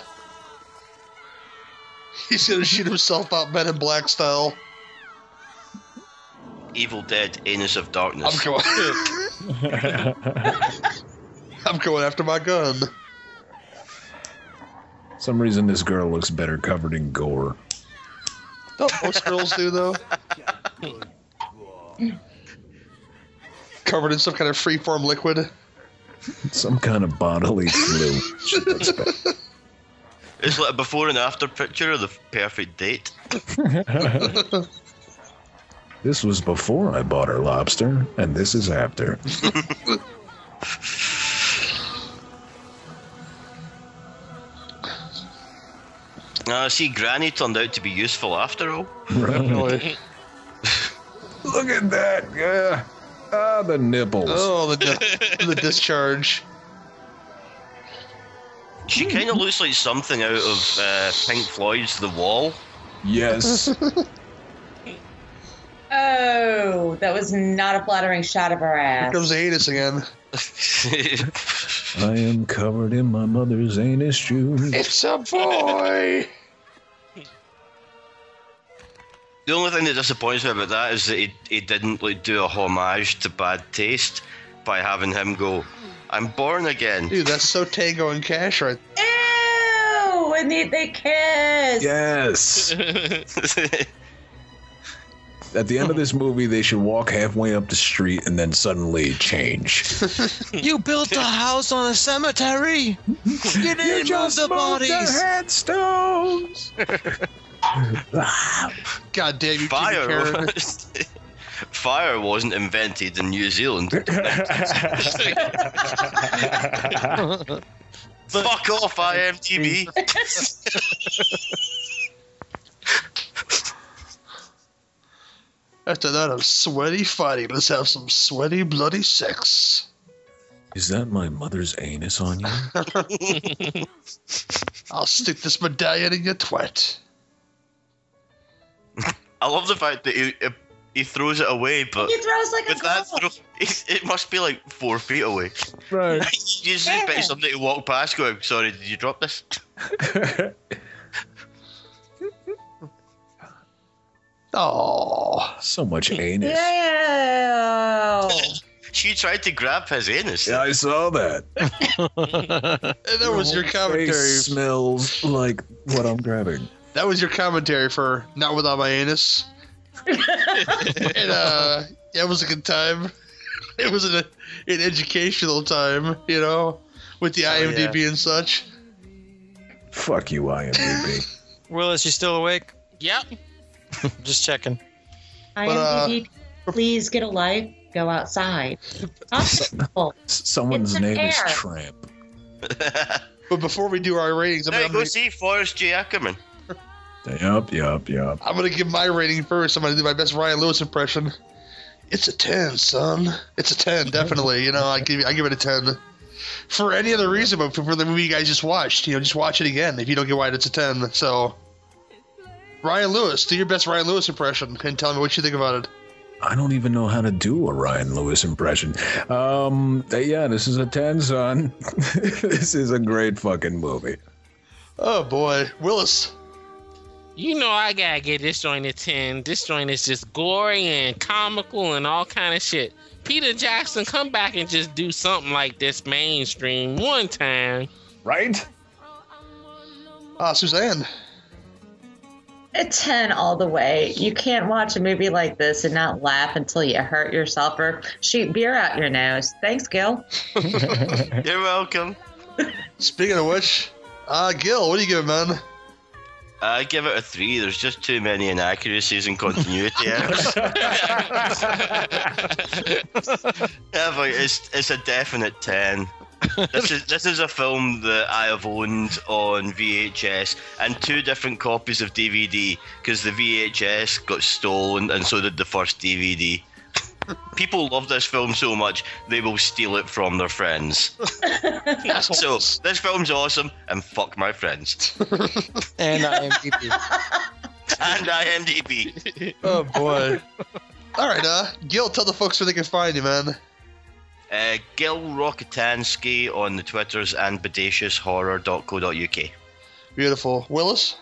He's gonna shoot himself out, Men in Black style.
Evil Dead, Anus of Darkness.
I'm going. [laughs] I'm going after my gun.
some reason this girl looks better covered in gore.
Don't most girls do though. Covered in some kind of freeform liquid.
Some kind of bodily flu.
It's like a before and after picture of the perfect date.
This was before I bought her lobster, and this is after.
Now, I see, Granny turned out to be useful after all.
Definitely.
Look at that. Yeah. Ah, the nipples.
Oh, the di- the [laughs] discharge.
She kind of looks like something out of uh, Pink Floyd's The Wall. [laughs]
Yes.
Oh, that was not a flattering shot of her
Here
ass.
comes the anus again.
I am covered in my mother's anus juice.
It's a boy.
The only thing that disappoints me about that is that he, he didn't like do a homage to Bad Taste by having him go, "I'm born again."
Dude, that's so Tango and Cash right
Ew! And they, they kiss.
Yes.
[laughs] That's
At the end of this movie, they should walk halfway up the street and then suddenly change.
You built a house on
[laughs]
a cemetery. You didn't move the bodies.
headstones.
God damn you, Fire.
Fire.
Karen.
was- [laughs] Fire wasn't invented in New Zealand. Fuck off, IMDb.
[laughs] After that, I'm sweaty fighting. Let's have some sweaty bloody sex.
[laughs] Is that my mother's anus on you?
I'll stick this medallion in your twat.
I love the fact that he, he throws it away, but
He throws like
with
a
that
girl.
throw, it, it must be like four feet away.
Right.
[laughs] You just expect somebody to walk past, going, "Sorry, did you drop this?" [laughs]
[laughs]
Oh,
so much anus.
Ew.
She tried to grab his anus. [laughs]
I saw that.
and that was your commentary.
Face smells like what I'm grabbing.
That was your commentary for "Not Without My Anus." and uh, yeah, it was a good time. [laughs] It was an, an educational time, you know, with the IMDb and such.
Fuck you, IMDb.
Willis, you still awake?
Yep.
Just checking.
uh,
IMDb, please get a life. Go outside. Possible.
S- Someone's
It's an
name is
air.
Tramp.
But before we do our ratings, I
Now
mean,
you
I'm,
go
gonna,
see Forrest J. Ackerman.
Yup, yup, yup.
I'm gonna give my rating first. I'm gonna do my best Ryan Lewis impression. It's a ten, son. It's a ten, definitely. You know, I give I give it a ten. For any other reason, but for the movie you guys just watched, you know, just watch it again if you don't get why it's a ten. So, Ryan Lewis, do your best Ryan Lewis impression and tell me what you think about it.
I don't even know how to do a Ryan Lewis impression. Um, yeah, this is a 10, son. [laughs] this is a great fucking movie.
Oh boy, Willis.
You know I gotta get this joint a ten. This joint is just gory and comical and all kind of shit. Peter Jackson, come back and just do something like this mainstream one time.
Right?
Ah, Suzanne.
A 10 all the way. You can't watch a movie like this and not laugh until you hurt yourself or shoot beer out your nose. Thanks, Gil.
You're welcome.
Speaking of which, uh, Gil, what do you give it, man?
I give it a three. There's just too many inaccuracies and continuity errors. Yeah, but it's it's a definite ten. This is this is a film that I have owned on VHS and two different copies of DVD because the VHS got stolen and so did the first DVD. People love this film so much they will steal it from their friends. so this film's awesome and fuck my friends
[laughs]
And IMDb.
and IMDb.
Oh boy. All right, uh, Gil, tell the folks where they can find you, man.
Uh, Gil Rockatansky on the Twitters and bedatioushorror.co.uk.
Beautiful, Willis.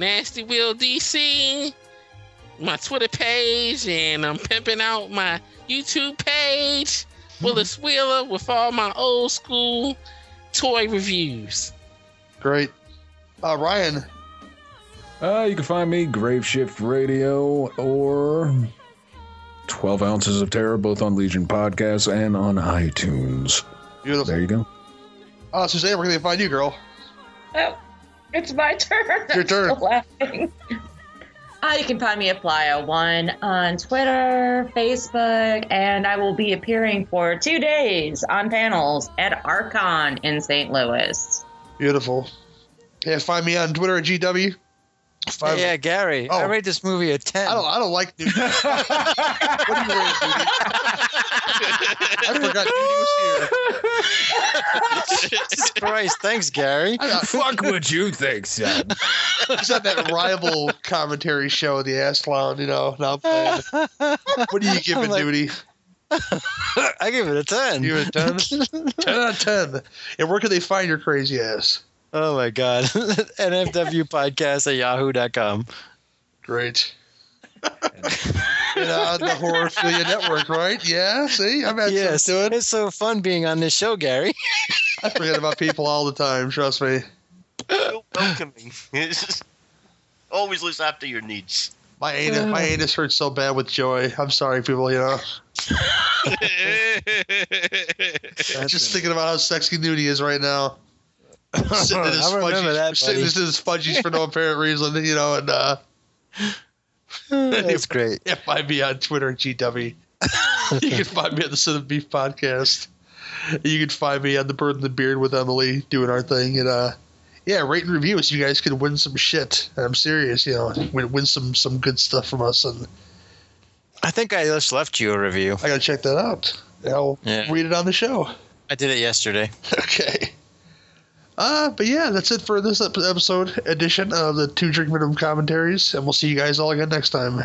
Nasty Will DC, my Twitter page, and I'm pimping out my YouTube page, Willis Wheeler, with all my old school toy reviews.
Great. Uh, Ryan.
Uh, you can find me Graveshift Radio or 12 Ounces of Terror, both on Legion Podcasts and on iTunes. There
Beautiful.
you go.
Uh, Suzanne, where can they find you, girl?
Oh, it's my turn.
Your
I'm still
turn.
laughing.
Uh, you can find me at Playa1 on Twitter, Facebook, and I will be appearing for two days on panels at Archon in St. Louis.
Beautiful. Yeah, find me on Twitter at GW. Find-
yeah, Gary, I
Oh.
rate this movie a 10.
I don't. I don't like.
[laughs]
Nudie. what are you doing, Nudie? I forgot Nudie was here.
Jesus Christ, thanks, Gary.
I,
Fuck what you think, son.
I was on that rival commentary show, the Ass Clown. You know, now I'm playing. What do you give it,
I'm like-
Nudie?
[laughs] I give it a 10.
You a ten? ten out of ten. And where can they find your crazy ass?
[laughs] Oh my God. [laughs] NFW podcast at yahoo.com.
Great. and on the Horrorphilia Network, right? Yeah. See, I've had
Yes.
some to it.
It's so fun being on this show, Gary. [laughs]
I forget about people all the time. Trust me.
So welcoming. [laughs] Always looks after your needs.
My anus, my anus hurts so bad with joy. I'm sorry, people. You
[laughs]
know, just thinking about how sexy Nudie is right now.
[laughs]
Sitting in his
I remember
fudgies,
that,
sitting in
buddy.
his fudgies
[laughs]
for no apparent reason. You know, and uh,
[laughs] That's great.
yeah, find me on Twitter at
[laughs]
GW. you can find me on the Sin of Beef podcast. You can find me on the Bird and the Beard with Emily doing our thing. And uh, yeah, rate and review us. You guys can win some shit. And I'm serious. You know, win, win some some good stuff from us. And
I think I just left you a review.
I gotta check that out. And I'll
Yeah.
read it on the show.
I did it yesterday.
[laughs] Okay. Uh, but yeah, that's it for this ep- episode edition of the Two Drink Minimum Commentaries, and we'll see you guys all again next time.